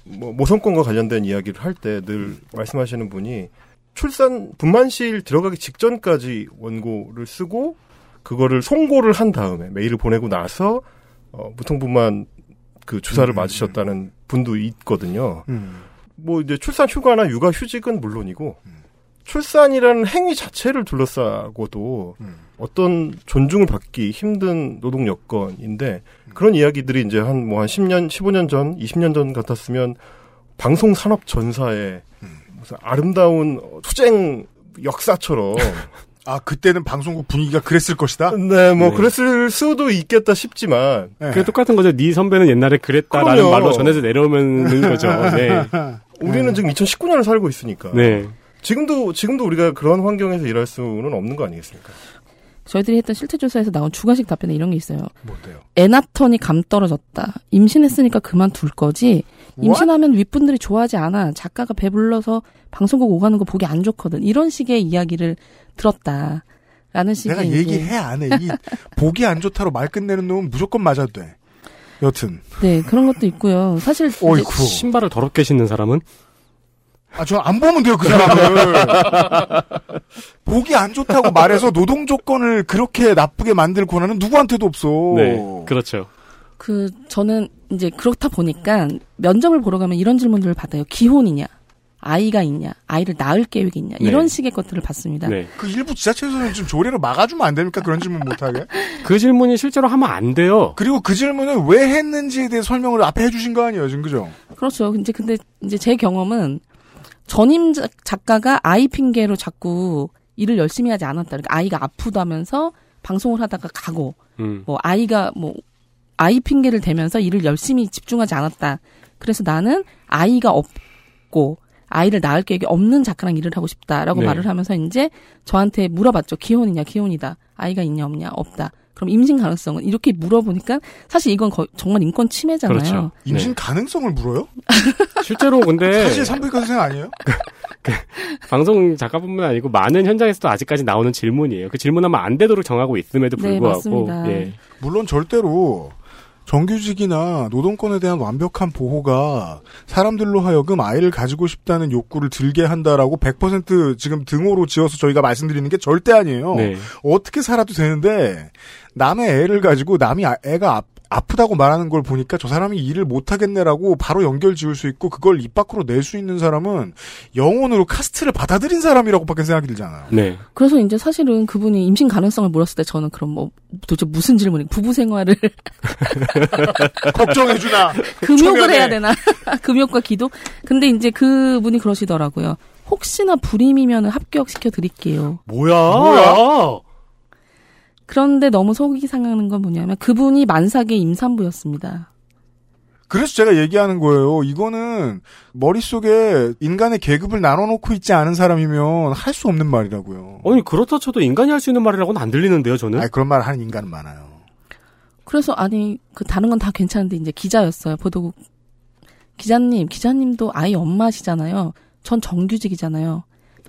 Speaker 9: 뭐 모성권과 관련된 이야기를 할 때 늘 말씀하시는 분이 출산 분만실 들어가기 직전까지 원고를 쓰고 그거를 송고를 한 다음에 메일을 보내고 나서 어, 무통분만 그 (laughs) 주사를
Speaker 2: 음.
Speaker 9: 맞으셨다는 분도 있거든요.
Speaker 2: 음.
Speaker 9: 뭐 이제 출산 휴가나 육아 휴직은 물론이고 출산이라는 행위 자체를 둘러싸고도
Speaker 2: 음.
Speaker 9: 어떤 존중을 받기 힘든 노동 여건인데 그런 이야기들이 이제 한 뭐 한 10년, 15년 전, 20년 전 같았으면 방송 산업 전사의 무슨 아름다운 투쟁 역사처럼
Speaker 2: 아 그때는 방송국 분위기가 그랬을 것이다.
Speaker 9: (laughs) 네, 뭐
Speaker 3: 네.
Speaker 9: 그랬을 수도 있겠다 싶지만
Speaker 2: 네.
Speaker 3: 그게 똑같은 거죠. 네 선배는 옛날에 그랬다라는
Speaker 9: 그럼요.
Speaker 3: 말로 전해서
Speaker 9: (laughs)
Speaker 3: 내려오는 거죠. 네.
Speaker 9: 우리는 지금 2019년을 살고 있으니까
Speaker 3: 네.
Speaker 9: 지금도 지금도 우리가 그런 환경에서 일할 수는 없는 거 아니겠습니까?
Speaker 10: 저희들이 했던 실태 조사에서 나온 주관식 답변에 이런 게 있어요.
Speaker 2: 뭔데요?
Speaker 10: 애나턴이 감 떨어졌다. 임신했으니까 그만둘 거지.
Speaker 2: 뭐?
Speaker 10: 임신하면 윗분들이 좋아하지 않아. 작가가 배불러서 방송국 오가는 거 보기 안 좋거든. 이런 식의 이야기를 들었다. 라는 식의
Speaker 2: 내가
Speaker 10: 이제-
Speaker 2: 얘기해 안 해. 이 보기 안 좋다로 말 끝내는 놈은 무조건 맞아도 돼. 여튼
Speaker 10: 네, 그런 것도 있고요. 사실 이제
Speaker 2: 어이구.
Speaker 3: 신발을 더럽게 신는 사람은
Speaker 2: 아저 안 보면 돼요 그 사람을. (laughs) 보기 안 좋다고 말해서 노동 조건을 그렇게 나쁘게 만들 권한은 누구한테도 없어.
Speaker 3: 네. 그렇죠.
Speaker 10: 그 저는 이제 그렇다 보니까 면접을 보러 가면 이런 질문들을 받아요. 기혼이냐? 아이가 있냐? 아이를 낳을 계획이 있냐? 이런
Speaker 3: 네.
Speaker 10: 식의 것들을 받습니다.
Speaker 3: 네.
Speaker 2: 그 일부 지자체에서는 좀 조례로 막아주면 안 됩니까? 그런 질문 못하게.
Speaker 3: 그 질문이 실제로 하면 안 돼요.
Speaker 2: 그리고 그 질문을 왜 했는지에 대해 설명을 앞에 해주신 거 아니에요, 지금 그죠?
Speaker 10: 그렇죠. 이제 근데 이제 제 경험은 전임 작- 작가가 아이 핑계로 자꾸 일을 열심히 하지 않았다. 그러니까 아이가 아프다면서 방송을 하다가 가고
Speaker 3: 음.
Speaker 10: 뭐 아이가 뭐 아이 핑계를 대면서 일을 열심히 집중하지 않았다. 그래서 나는 아이가 없고 아이를 낳을 계획이 없는 작가랑 일을 하고 싶다라고
Speaker 3: 네.
Speaker 10: 말을 하면서 이제 저한테 물어봤죠. 기혼이냐, 기혼이다. 아이가 있냐, 없냐, 없다. 그럼 임신 가능성은 이렇게 물어보니까 사실 이건 거의 정말 인권 침해잖아요.
Speaker 3: 그렇죠.
Speaker 2: 임신
Speaker 3: 네.
Speaker 2: 가능성을 물어요?
Speaker 3: 실제로 근데
Speaker 2: (laughs) 사실 산부인과 선생 아니에요?
Speaker 3: 방송 작가뿐만 아니고 많은 현장에서도 아직까지 나오는 질문이에요. 그 질문하면 안 되도록 정하고 있음에도
Speaker 10: 네,
Speaker 3: 불구하고
Speaker 10: 맞습니다.
Speaker 3: 예.
Speaker 2: 물론 절대로 정규직이나 노동권에 대한 완벽한 보호가 사람들로 하여금 아이를 가지고 싶다는 욕구를 들게 한다라고 100% 지금 등호로 지어서 저희가 말씀드리는 게 절대 아니에요.
Speaker 3: 네.
Speaker 2: 어떻게 살아도 되는데 남의 애를 가지고 남이 아- 애가 아, 프다고 말하는 걸 보니까 저 사람이 일을 못 하겠네라고 바로 연결 지을 수 있고 그걸 입 밖으로 낼 수 있는 사람은 영혼으로 카스트를 받아들인 사람이라고밖에 생각이 들잖아요.
Speaker 3: 네.
Speaker 10: 그래서 이제 사실은 그분이 임신 가능성을 물었을 때 저는 그럼 뭐 도대체 무슨 질문이 부부 생활을
Speaker 2: (laughs) 걱정해 주나.
Speaker 11: 그
Speaker 10: 금욕을
Speaker 2: 초면에.
Speaker 10: 해야 되나 (laughs) 금욕과 기도 근데 이제 그분이 그러시더라고요 혹시나 불임이면 합격시켜 드릴게요
Speaker 3: 뭐야?
Speaker 10: 그런데 너무 속이 상하는 건 뭐냐면 그분이 만삭의 임산부였습니다
Speaker 2: 그래서 제가 얘기하는 거예요. 이거는 머릿속에 인간의 계급을 나눠놓고 있지 않은 사람이면 할 수 없는 말이라고요.
Speaker 3: 아니 그렇다 쳐도 인간이 할 수 있는 말이라고는 안 들리는데요,
Speaker 10: 네?
Speaker 3: 저는.
Speaker 2: 아니, 그런 말 하는 인간은 많아요.
Speaker 10: 그래서 아니 그 다른 건 다 괜찮은데 이제 기자였어요 보도국 기자님 기자님도 아이 엄마시잖아요 전 정규직이잖아요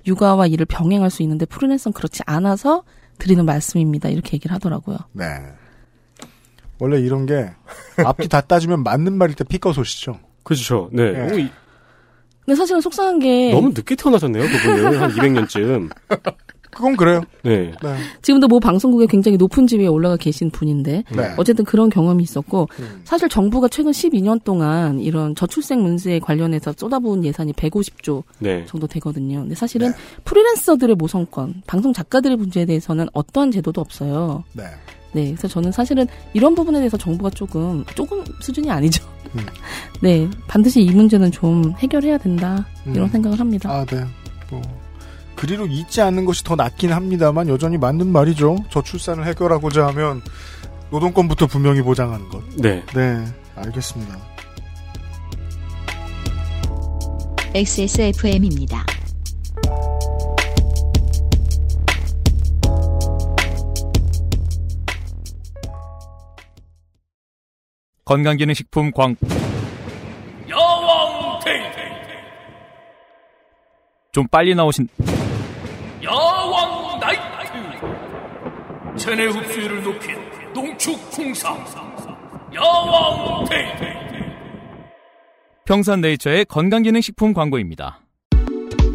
Speaker 10: 육아와 일을 병행할 수 있는데 프리랜서는 그렇지 않아서 드리는 말씀입니다 이렇게 얘기를 하더라고요
Speaker 2: 네. 원래 이런 게 앞뒤 다 따지면 맞는 말일 때 피꺼소시죠.
Speaker 3: 그렇죠. 네.
Speaker 2: 예.
Speaker 3: 어, 이-
Speaker 10: 근데 사실은 속상한 게
Speaker 11: 너무 늦게 태어나셨네요, 그분은. 한 200년쯤.
Speaker 2: 그건 그래요.
Speaker 11: 네.
Speaker 2: 네.
Speaker 10: 지금도 뭐 방송국에 굉장히 높은 지위에 올라가 계신 분인데
Speaker 2: 네. 음,
Speaker 10: 어쨌든 그런 경험이 있었고 사실 정부가 최근 12년 동안 이런 저출생 문제에 관련해서 쏟아부은 예산이 150조
Speaker 11: 네.
Speaker 10: 정도 되거든요. 근데
Speaker 2: 네.
Speaker 10: 사실은 프리랜서들의 모성권, 방송 작가들의 문제에 대해서는 어떤 제도도 없어요.
Speaker 2: 네.
Speaker 10: 네, 그래서 저는 사실은 이런 부분에 대해서 정부가 조금 조금 수준이 아니죠.
Speaker 2: 음.
Speaker 10: (laughs) 네, 반드시 이 문제는 좀 해결해야 된다 이런
Speaker 2: 음.
Speaker 10: 생각을 합니다.
Speaker 2: 아, 네. 뭐, 그리로 잊지 않는 것이 더 낫긴 합니다만 여전히 맞는 말이죠. 저출산을 해결하고자 하면 노동권부터 분명히 보장하는 것.
Speaker 11: 네.
Speaker 2: 네, 알겠습니다.
Speaker 1: XSFM입니다.
Speaker 5: 건강기능식품 광
Speaker 12: 여왕 테이프
Speaker 5: 좀 빨리 나오신
Speaker 12: 여왕 나이트 체내 흡수율을 높인 농축 풍상 여왕 테이프
Speaker 5: 평산네이처의 건강기능식품 광고입니다.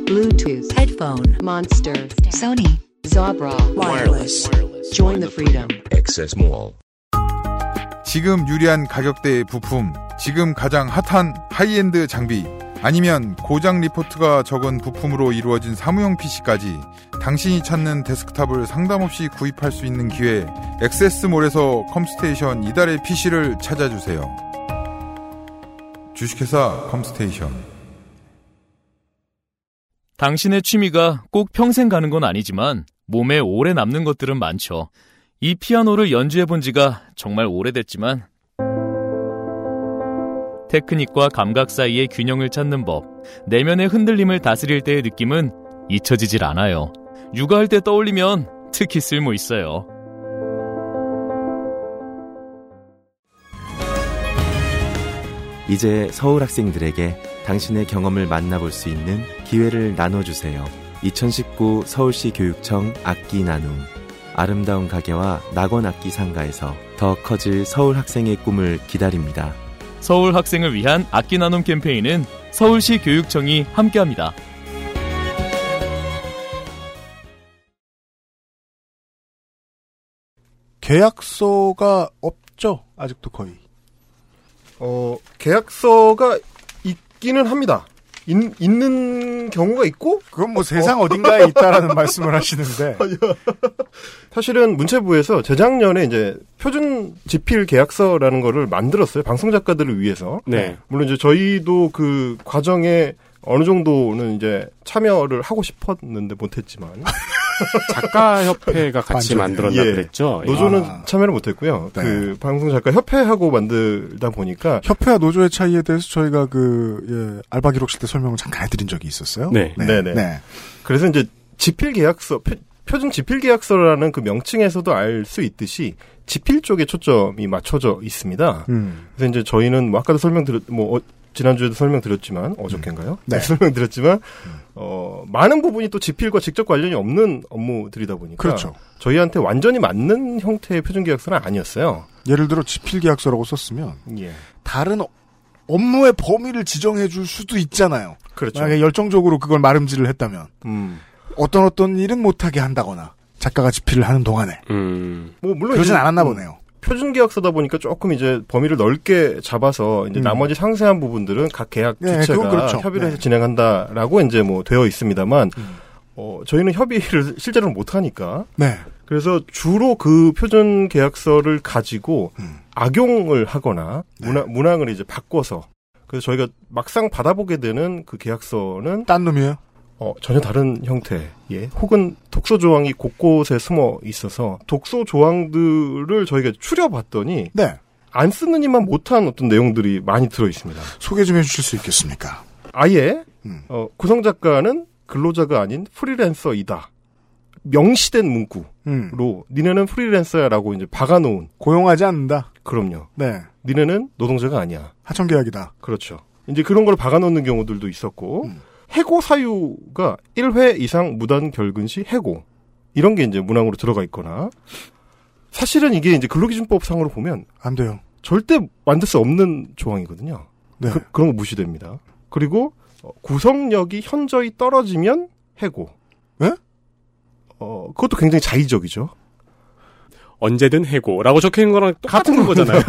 Speaker 13: Bluetooth, headphone, monster, Sony, Zabra, wireless. Join the freedom.
Speaker 14: Access Mall.
Speaker 7: 지금 유리한 가격대의 부품, 지금 가장 핫한 하이엔드 장비, 아니면 고장 리포트가 적은 부품으로 이루어진 사무용 PC까지 당신이 찾는 데스크탑을 상담 없이 구입할 수 있는 기회, 액세스몰에서 컴스테이션 이달의 PC를 찾아주세요. 주식회사 컴스테이션.
Speaker 5: 당신의 취미가 꼭 평생 가는 건 아니지만 몸에 오래 남는 것들은 많죠. 이 피아노를 연주해 본 지가 정말 오래됐지만 테크닉과 감각 사이의 균형을 찾는 법, 내면의 흔들림을 다스릴 때의 느낌은 잊혀지질 않아요. 육아할 때 떠올리면 특히 쓸모 있어요.
Speaker 9: 이제 서울 학생들에게 당신의 경험을 만나볼 수 있는 기회를 나눠주세요. 2019 서울시 교육청 악기 나눔. 아름다운 가게와 낙원 악기 상가에서 더 커질 서울 학생의 꿈을 기다립니다.
Speaker 5: 서울 학생을 위한 악기 나눔 캠페인은 서울시 교육청이 함께합니다.
Speaker 2: 계약서가 없죠. 아직도 거의.
Speaker 3: 어, 계약서가 있기는 합니다. 있, 있는 경우가 있고
Speaker 2: 그건 뭐 세상 어딘가에 있다라는 말씀을 (laughs) 하시는데
Speaker 3: 사실은 문체부에서 재작년에 이제 표준 지필 계약서라는 거를 만들었어요. 방송 작가들을 위해서.
Speaker 11: 네.
Speaker 3: 물론 이제 저희도 그 과정에 어느 정도는 이제 참여를 하고 싶었는데 못했지만
Speaker 11: 작가협회가 같이 만들었나
Speaker 3: 예.
Speaker 11: 그랬죠. 예.
Speaker 3: 노조는
Speaker 11: 아.
Speaker 3: 참여를 못했고요.
Speaker 2: 네.
Speaker 3: 그 방송 작가 협회하고 만들다 보니까
Speaker 2: 협회와 노조의 차이에 대해서 저희가 그 예, 알바 기록실 때 설명을 잠깐 해드린 적이 있었어요.
Speaker 3: 네. 네. 네 그래서 이제 지필 계약서 표, 준 지필 계약서라는 그 명칭에서도 알 수 있듯이 지필 쪽에 초점이 맞춰져 있습니다.
Speaker 2: 음.
Speaker 3: 그래서 이제 저희는 뭐 아까도 설명드렸 뭐 어, 지난주에도 설명드렸지만 어저께인가요?
Speaker 2: 네.
Speaker 3: 설명드렸지만 어, 많은 부분이 또 지필과 직접 관련이 없는 업무들이다 보니까
Speaker 2: 그렇죠.
Speaker 3: 저희한테 완전히 맞는 형태의 표준 계약서는 아니었어요.
Speaker 2: 예를 들어 지필 계약서라고 썼으면
Speaker 3: 예.
Speaker 2: 다른 어- 업무의 범위를 지정해 줄 수도 있잖아요.
Speaker 3: 그렇죠.
Speaker 2: 만약에 열정적으로 그걸 마름질을 했다면
Speaker 3: 음.
Speaker 2: 어떤 어떤 일은 못하게 한다거나 작가가 지필을 하는 동안에
Speaker 11: 음.
Speaker 3: 뭐 물론
Speaker 2: 그러진
Speaker 3: 이제-
Speaker 2: 않았나
Speaker 3: 음.
Speaker 2: 보네요.
Speaker 3: 표준 계약서다 보니까 조금 이제 범위를 넓게 잡아서 이제
Speaker 2: 음.
Speaker 3: 나머지 상세한 부분들은 각 계약
Speaker 2: 네,
Speaker 3: 주체가
Speaker 2: 그건 그렇죠. 네.
Speaker 3: 협의를 해서 진행한다라고 이제 뭐 되어 있습니다만 어 저희는 협의를 실제로는 못 하니까
Speaker 2: 네.
Speaker 3: 그래서 주로 그 표준 계약서를 가지고 악용을 하거나 문항, 문항을 이제 바꿔서 그래서 저희가 막상 받아보게 되는 그 계약서는
Speaker 2: 딴 네. 놈이에요?
Speaker 3: 어, 전혀 다른 형태의 혹은 독소 조항이 곳곳에 숨어 있어서 독소 조항들을 저희가 추려봤더니
Speaker 2: 네.
Speaker 3: 안 쓰는 이만 못한 어떤 내용들이 많이 들어 있습니다.
Speaker 2: 소개 좀 해주실 수 있겠습니까?
Speaker 3: 아예 어, 구성 작가는 근로자가 아닌 프리랜서이다. 명시된 문구로
Speaker 2: 음.
Speaker 3: 니네는 프리랜서야라고 이제 박아놓은
Speaker 2: 고용하지 않는다.
Speaker 3: 그럼요.
Speaker 2: 네.
Speaker 3: 니네는 노동자가 아니야.
Speaker 2: 하청 계약이다.
Speaker 3: 그렇죠. 이제 그런 걸 박아놓는 경우들도 있었고 해고 사유가 1회 이상 무단 결근 시 해고 이런 게 이제 문항으로 들어가 있거나 사실은 이게 이제 근로기준법상으로 보면
Speaker 2: 안 돼요.
Speaker 3: 절대 만들 수 없는 조항이거든요.
Speaker 2: 네.
Speaker 3: 그, 런거 무시됩니다. 그리고
Speaker 9: 어, 구성력이 현저히 떨어지면 해고.
Speaker 2: 예?
Speaker 9: 어, 그것도 굉장히 자의적이죠.
Speaker 3: 언제든 해고라고 적혀 있는 거랑 똑같은 거잖아요.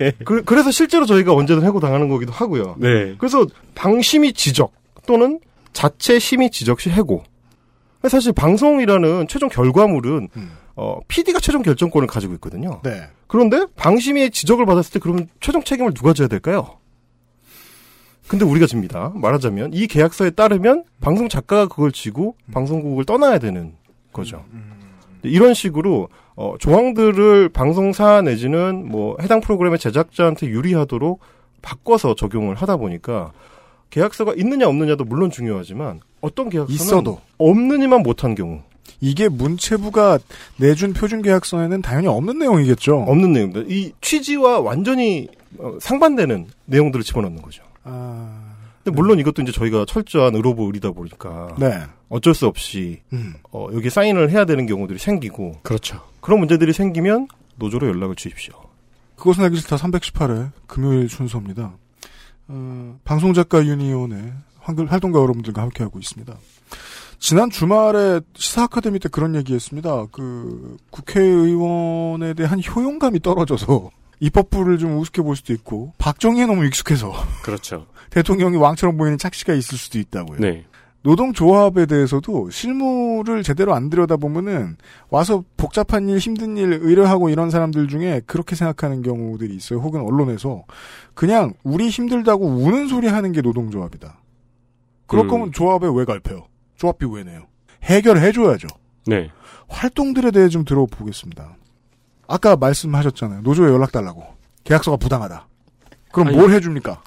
Speaker 9: (laughs)
Speaker 3: 예.
Speaker 9: 그, 래서 실제로 저희가 언제든 해고 당하는 거기도 하고요.
Speaker 3: 네.
Speaker 9: 그래서 방심이 지적 또는 자체 심의 지적 시 해고. 사실 방송이라는 최종 결과물은 어, PD가 최종 결정권을 가지고 있거든요.
Speaker 2: 네.
Speaker 9: 그런데 예? 방심이 지적을 받았을 때 그러면 최종 책임을 누가 져야 될까요? 근데 우리가 집니다. 말하자면 이 계약서에 따르면 방송 작가가 그걸 지고 방송국을 떠나야 되는 거죠. 이런 식으로 어, 조항들을 방송사 내지는 뭐 해당 프로그램의 제작자한테 유리하도록 바꿔서 적용을 하다 보니까 계약서가 있느냐 없느냐도 물론 중요하지만 어떤 계약서는
Speaker 2: 있어도.
Speaker 9: 없느니만 못한 경우
Speaker 2: 이게 문체부가 내준 표준 계약서에는 당연히 없는 내용이겠죠.
Speaker 9: 없는 내용들 이 취지와 완전히 어, 상반되는 내용들을 집어넣는 거죠. 근데 물론 이것도 이제 저희가 철저한 의로부 의리다
Speaker 3: 아.
Speaker 9: 보니까
Speaker 2: 아. 네.
Speaker 9: 어쩔 수 없이
Speaker 2: 음.
Speaker 9: 어, 여기 사인을 해야 되는 경우들이 생기고
Speaker 2: 그렇죠.
Speaker 9: 그런 문제들이 생기면 노조로 연락을 주십시오.
Speaker 2: 그것은 알기 싫다 318회 금요일 순서입니다. 어, 방송작가 유니온의 한글 활동가 여러분들과 함께하고 있습니다. 지난 주말에 시사 아카데미 때 그런 얘기했습니다. 그 국회의원에 대한 효용감이 떨어져서 입법부를 좀 우습게 볼 수도 있고 박정희에 너무 익숙해서 (laughs)
Speaker 3: 그렇죠.
Speaker 2: 대통령이 왕처럼 보이는 착시가 있을 수도 있다고요.
Speaker 3: 네.
Speaker 2: 노동조합에 대해서도 실무를 제대로 안 들여다보면은 와서 복잡한 일, 힘든 일 의뢰하고 이런 사람들 중에 그렇게 생각하는 경우들이 있어요. 혹은 언론에서 그냥 우리 힘들다고 우는 소리 하는 게 노동조합이다. 그럴
Speaker 3: 음.
Speaker 2: 거면 조합에 왜 갈펴요? 조합비 왜 내요? 해결해줘야죠.
Speaker 3: 네.
Speaker 2: 활동들에 대해 좀 들어보겠습니다. 아까 말씀하셨잖아요. 노조에 연락 달라고. 계약서가 부당하다. 그럼
Speaker 10: 아니.
Speaker 2: 뭘 해줍니까?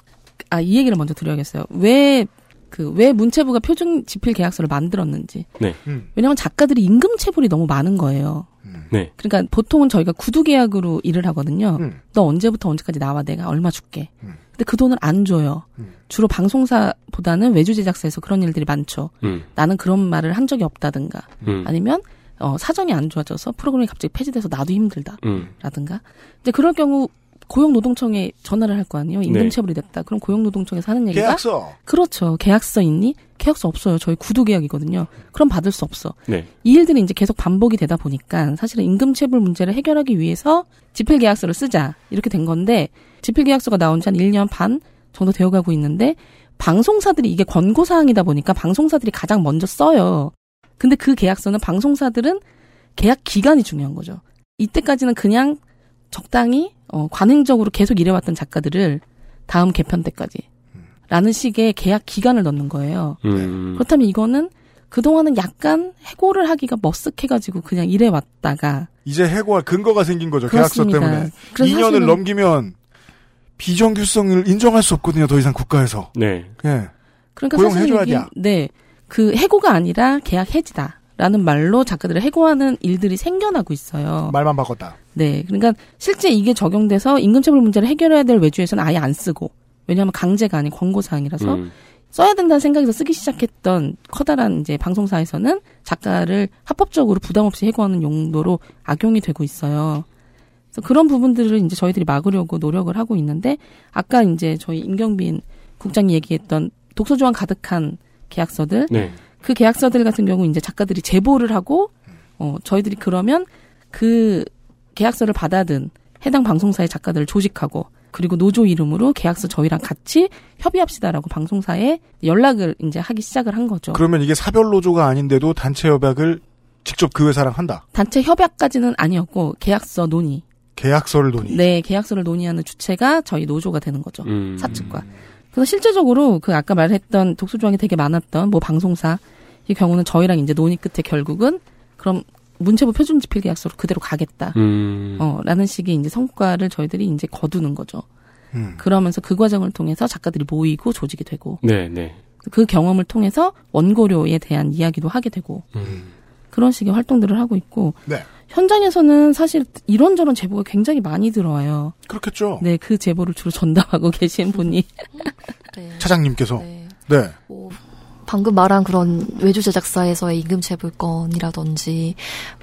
Speaker 10: 아, 이 얘기를 먼저 드려야겠어요. 왜, 그, 왜 문체부가 표준 지필 계약서를 만들었는지.
Speaker 3: 네.
Speaker 2: 음.
Speaker 10: 왜냐면 하 작가들이 임금 체불이 너무 많은 거예요.
Speaker 3: 네.
Speaker 10: 그러니까 보통은 저희가 구두 계약으로 일을 하거든요.
Speaker 2: 음.
Speaker 10: 너 언제부터 언제까지 나와 내가 얼마 줄게. 근데 그 돈을 안 줘요.
Speaker 2: 음.
Speaker 10: 주로 방송사보다는 외주 제작사에서 그런 일들이 많죠.
Speaker 3: 음.
Speaker 10: 나는 그런 말을 한 적이 없다든가.
Speaker 3: 음.
Speaker 10: 아니면 어, 사정이 안 좋아져서 프로그램이 갑자기 폐지돼서 나도 힘들다.
Speaker 3: 음.
Speaker 10: 라든가. 이제 그럴 경우 고용노동청에 전화를 할 거 아니에요.
Speaker 3: 네.
Speaker 10: 임금체불이 됐다. 그럼 고용노동청에서 하는 얘기가
Speaker 2: 계약서.
Speaker 10: 그렇죠. 계약서 있니? 계약서 없어요. 저희 구두계약이거든요. 그럼 받을 수 없어.
Speaker 3: 네.
Speaker 10: 이 일들이 이제 계속 반복이 되다 보니까 사실은 임금체불 문제를 해결하기 위해서 지필계약서를 쓰자 이렇게 된 건데 지필계약서가 나온 지 한 1년 반 정도 되어가고 있는데 방송사들이 이게 권고사항이다 보니까 방송사들이 가장 먼저 써요. 근데 그 계약서는 방송사들은 계약 기간이 중요한 거죠. 이때까지는 그냥 적당히 어, 관행적으로 계속 일해왔던 작가들을 다음 개편 때까지 라는 식의 계약 기간을 넣는 거예요.
Speaker 3: 음.
Speaker 10: 그렇다면 이거는 그동안은 약간 해고를 하기가 머쓱해가지고 그냥 일해왔다가
Speaker 2: 이제 해고할 근거가 생긴 거죠.
Speaker 10: 그렇습니다.
Speaker 2: 계약서 때문에.
Speaker 10: 그래서
Speaker 2: 2년을
Speaker 10: 사실은-
Speaker 2: 넘기면 비정규성을 인정할 수 없거든요. 더 이상 국가에서.
Speaker 3: 네.
Speaker 2: 예.
Speaker 10: 그러니까 사실
Speaker 2: 고용해줘야
Speaker 10: 이게
Speaker 2: 돼.
Speaker 10: 네, 그 해고가 아니라 계약 해지다라는 말로 작가들을 해고하는 일들이 생겨나고 있어요.
Speaker 2: 말만 바꿨다.
Speaker 10: 네, 그러니까 실제 이게 적용돼서 임금체불 문제를 해결해야 될 외주에서는 아예 안 쓰고 왜냐하면 강제가 아닌 권고사항이라서
Speaker 3: 음.
Speaker 10: 써야 된다는 생각에서 쓰기 시작했던 커다란 이제 방송사에서는 작가를 합법적으로 부담 없이 해고하는 용도로 악용이 되고 있어요. 그래서 그런 부분들을 이제 저희들이 막으려고 노력을 하고 있는데 아까 이제 저희 임경빈 국장이 얘기했던 독서 조항 가득한 계약서들
Speaker 3: 네.
Speaker 10: 그 계약서들 같은 경우 이제 작가들이 제보를 하고 어 저희들이 그러면 그 계약서를 받아든 해당 방송사의 작가들을 조직하고 그리고 노조 이름으로 계약서 저희랑 같이 협의합시다라고 방송사에 연락을 이제 하기 시작을 한
Speaker 8: 어.
Speaker 10: 거죠.
Speaker 2: 그러면 이게 사별 노조가 아닌데도 단체 협약을 직접 그 회사랑 한다.
Speaker 10: 단체 협약까지는 아니었고 계약서 논의.
Speaker 2: 계약서를 논의.
Speaker 10: 네, 계약서를 논의하는 주체가 저희 노조가 되는 거죠.
Speaker 3: 음.
Speaker 10: 사측과. 그래서 실제적으로 그 아까 말했던 독소조항이 되게 많았던 뭐 방송사 이 경우는 저희랑 이제 논의 끝에 결국은 그럼 문체부 표준 지필 계약서로 그대로 가겠다.
Speaker 3: 음.
Speaker 10: 어, 라는 식의 이제 성과를 저희들이 이제 거두는 거죠.
Speaker 2: 음.
Speaker 10: 그러면서 그 과정을 통해서 작가들이 모이고 조직이 되고
Speaker 3: 네, 네.
Speaker 10: 그 경험을 통해서 원고료에 대한 이야기도 하게 되고
Speaker 3: 음.
Speaker 10: 그런 식의 활동들을 하고 있고
Speaker 2: 네.
Speaker 10: 현장에서는 사실 이런저런 제보가 굉장히 많이 들어와요.
Speaker 2: 그렇겠죠.
Speaker 10: 네, 그 제보를 주로 전담하고 (laughs) 계신 분이
Speaker 2: 차장님께서. 네.
Speaker 8: 방금 말한 그런 외주 제작사에서의 임금 체불건이라든지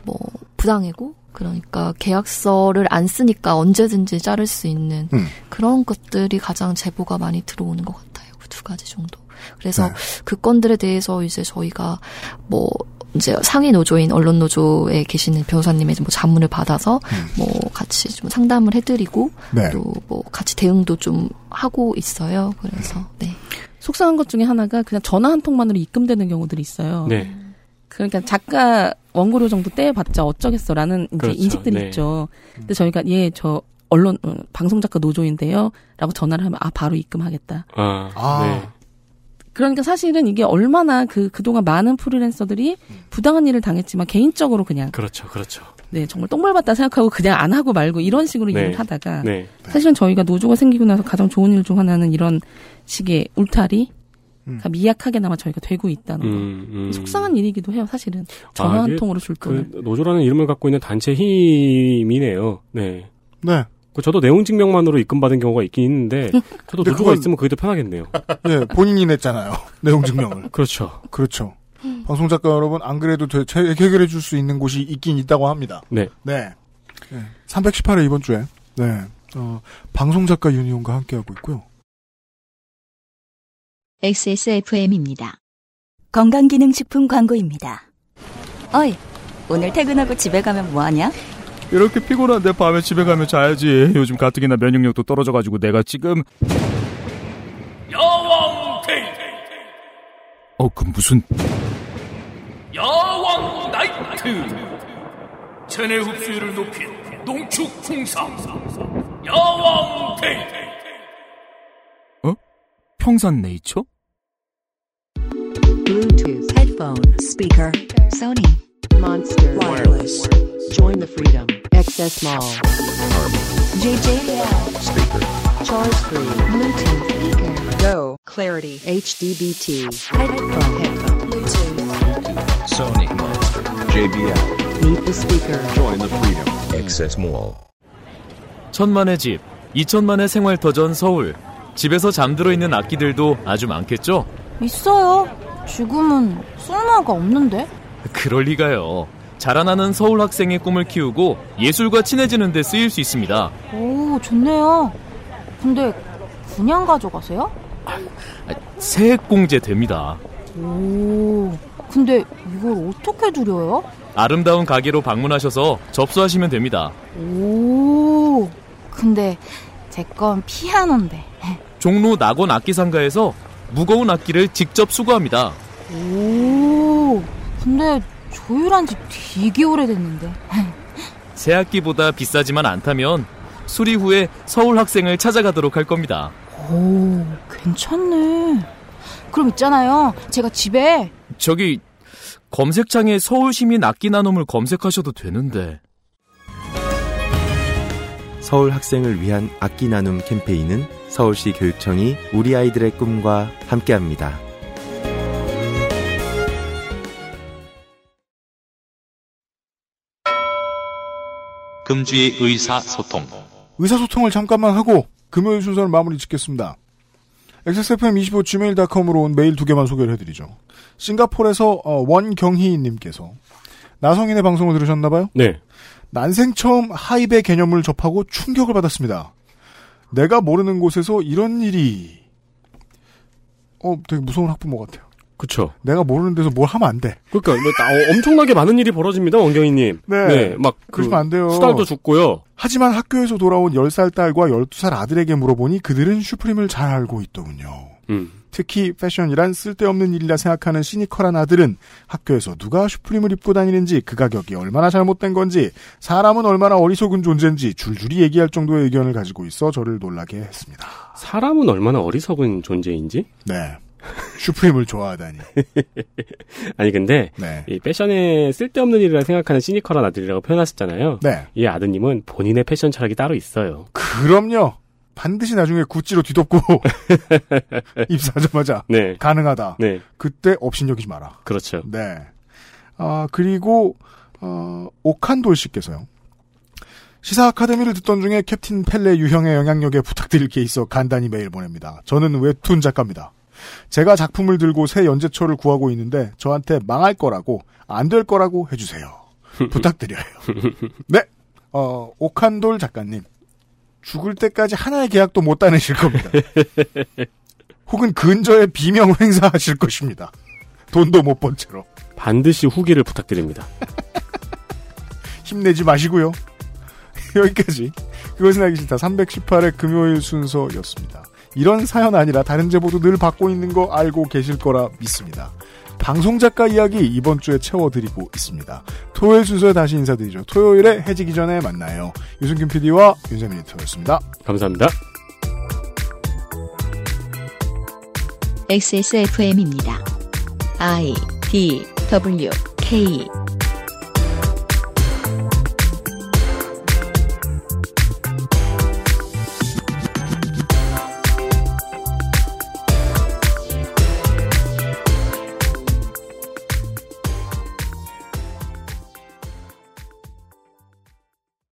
Speaker 8: 뭐 부당해고 그러니까 계약서를 안 쓰니까 언제든지 자를 수 있는
Speaker 2: 음.
Speaker 8: 그런 것들이 가장 제보가 많이 들어오는 것 같아요. 그 두 가지 정도.
Speaker 2: 네.
Speaker 8: 그래서 그 건들에 대해서 이제 저희가 뭐 이제 상위 노조인 언론 노조에 계시는 변호사님의 뭐 자문을 받아서 뭐 같이 좀 상담을 해드리고
Speaker 2: 음. 네.
Speaker 8: 또 뭐 같이 대응도 좀 하고 있어요. 그래서 네.
Speaker 10: 속상한 것 중에 하나가 그냥 전화 한 통만으로 입금되는 경우들이 있어요.
Speaker 3: 네.
Speaker 10: 그러니까 작가 원고료 정도 떼봤자 어쩌겠어라는 이제
Speaker 3: 그렇죠.
Speaker 10: 인식들이
Speaker 3: 네.
Speaker 10: 있죠. 근데 저희가 예 저 언론 어, 방송 작가 노조인데요라고 전화를 하면 아 바로 입금하겠다.
Speaker 3: 아,
Speaker 2: 아.
Speaker 10: 그러니까 사실은 이게 얼마나 그 그동안 많은 프리랜서들이
Speaker 3: 음.
Speaker 10: 부당한 일을 당했지만 개인적으로 그냥
Speaker 3: 그렇죠, 그렇죠.
Speaker 10: 네 정말 똥밟았다 생각하고 그냥 안 하고 말고 이런 식으로
Speaker 3: 네.
Speaker 10: 일을 하다가
Speaker 3: 네.
Speaker 10: 사실은 저희가 노조가 생기고 나서 가장 좋은 일 중 하나는 이런 식의 울타리가 미약하게나마 저희가 되고 있다는 거.
Speaker 3: 음, 음.
Speaker 10: 속상한 일이기도 해요, 사실은.
Speaker 3: 아,
Speaker 10: 전화 한
Speaker 3: 이게
Speaker 10: 통으로 네. 줄 돈을.
Speaker 3: 그 노조라는 이름을 갖고 있는 단체 힘이네요. 네.
Speaker 2: 네.
Speaker 3: 그 저도 내용 증명만으로 입금받은 경우가 있긴
Speaker 10: (laughs)
Speaker 3: 있는데 저도
Speaker 2: 근데
Speaker 3: 노조가
Speaker 2: 그건-
Speaker 3: 있으면 그게 더 편하겠네요.
Speaker 2: 예, 본인이 냈잖아요. (laughs) 내용 증명을.
Speaker 3: 그렇죠.
Speaker 2: 그렇죠. 방송 작가 여러분 안 그래도 되- 제- 해결해 줄 수 있는 곳이 있긴 있다고 합니다.
Speaker 3: 네.
Speaker 2: 네. 318회 이번 주에 네. 어, 방송 작가 유니온과 함께 하고 있고요.
Speaker 1: XSFM입니다.
Speaker 15: 건강기능식품 광고입니다. 어이, 오늘 퇴근하고 집에 가면 뭐하냐?
Speaker 16: 이렇게 피곤한데 밤에 집에 가면 자야지. 요즘 가뜩이나 면역력도 떨어져가지고 내가 지금
Speaker 17: 야왕 데이트
Speaker 16: 어 그 무슨
Speaker 17: 야왕 나이트 체내 흡수율을 높인 농축 풍상 야왕 데이트
Speaker 16: 평산네이처?
Speaker 18: Bluetooth headphone speaker Sony Monster wireless. Join the freedom. XS Mall. JJL speaker. Charge free Bluetooth speaker. Go clarity HDBT headphone headphone Bluetooth.
Speaker 19: Sony Monster. JBL.
Speaker 18: Meet the speaker.
Speaker 19: Join the freedom. XS Mall.
Speaker 5: 천만의 집, 이천만의 생활터전 서울. 집에서 잠들어 있는 악기들도 아주 많겠죠?
Speaker 20: 있어요. 지금은 쓸모가 없는데?
Speaker 5: 그럴 리가요. 자라나는 서울 학생의 꿈을 키우고 예술과 친해지는 데 쓰일 수 있습니다.
Speaker 20: 오, 좋네요. 근데 그냥 가져가세요?
Speaker 5: 세액 공제 됩니다.
Speaker 20: 오, 근데 이걸 어떻게 줄여요?
Speaker 5: 아름다운 가게로 방문하셔서 접수하시면 됩니다.
Speaker 20: 오, 근데 제 건 피아노인데.
Speaker 5: 종로 낙원 악기 상가에서 무거운 악기를 직접 수거합니다.
Speaker 20: 오, 근데 조율한 지 되게 오래됐는데.
Speaker 5: 새 악기보다 비싸지만 않다면 수리 후에 서울 학생을 찾아가도록 할 겁니다.
Speaker 20: 오, 괜찮네. 그럼 있잖아요. 제가 집에
Speaker 5: 저기 검색창에 서울 시민 악기 나눔을 검색하셔도 되는데.
Speaker 6: 서울 학생을 위한 악기 나눔 캠페인은 서울시 교육청이 우리 아이들의 꿈과 함께합니다.
Speaker 21: 금주의 의사소통.
Speaker 2: 의사소통을 잠깐만 하고 금요일 순서를 마무리 짓겠습니다. xsfm25gmail.com으로 온 메일 두 개만 소개를 해드리죠. 싱가포르에서 어, 원경희님께서 나성인의 방송을 들으셨나봐요?
Speaker 3: 네.
Speaker 2: 난생 처음 하입의 개념을 접하고 충격을 받았습니다. 내가 모르는 곳에서 이런 일이 어 되게 무서운 학부모 같아요.
Speaker 3: 그쵸.
Speaker 2: 내가 모르는 데서 뭘 하면 안 돼.
Speaker 3: 그렇죠. 그러니까 뭐 나- 어, 엄청나게 많은 일이 벌어집니다, 원경희님.
Speaker 2: 네.
Speaker 3: 막
Speaker 2: 그러시면 안 돼요.
Speaker 3: 수달도 죽고요.
Speaker 2: 하지만 학교에서 돌아온 10살 딸과 12살 아들에게 물어보니 그들은 슈프림을 잘 알고 있더군요.
Speaker 3: 음.
Speaker 2: 특히 패션이란 쓸데없는 일이라 생각하는 시니컬한 아들은 학교에서 누가 슈프림을 입고 다니는지 그 가격이 얼마나 잘못된 건지 사람은 얼마나 어리석은 존재인지 줄줄이 얘기할 정도의 의견을 가지고 있어 저를 놀라게 했습니다.
Speaker 3: 사람은 얼마나 어리석은 존재인지?
Speaker 2: 네. 슈프림을 좋아하다니. 네.
Speaker 3: 아니 근데 이 패션에 쓸데없는 일이라 생각하는 시니컬한 아들이라고 표현하셨잖아요.
Speaker 2: 네.
Speaker 3: 이 아드님은 본인의 패션 철학이 따로 있어요.
Speaker 2: 그럼요. 반드시 나중에 구찌로 뒤덮고 입사하자마자
Speaker 3: 네.
Speaker 2: 가능하다.
Speaker 3: 네.
Speaker 2: 그때 업신여기지 마라.
Speaker 3: 그렇죠.
Speaker 2: 네. 아, 그리고, 어, 오칸돌 씨께서요. 시사 아카데미를 듣던 중에 캡틴 펠레 유형의 영향력에 부탁드릴 게 있어 간단히 메일 보냅니다. 저는 웹툰 작가입니다. 제가 작품을 들고 새 연재처를 구하고 있는데 저한테 망할 거라고, 안 될 거라고 해주세요. 부탁드려요. 네. 어, 오칸돌 작가님. 죽을 때까지 하나의 계약도 못 따내실 겁니다. 혹은 근저에 비명 횡사하실 것입니다. 돈도 못 번 채로.
Speaker 3: 반드시 후기를 부탁드립니다.
Speaker 2: 힘내지 마시고요. (laughs) 여기까지 그것은 알기 싫다 318의 금요일 순서였습니다. 이런 사연 아니라 다른 제보도 늘 받고 있는 거 알고 계실 거라 믿습니다. 방송 작가 이야기 이번 주에 채워드리고 있습니다. 토요일 순서에 다시 인사드리죠. 토요일에 해지기 전에 만나요. 유승균 PD와 윤세민 리터였습니다.
Speaker 3: 감사합니다.
Speaker 1: XSFM입니다. I D W K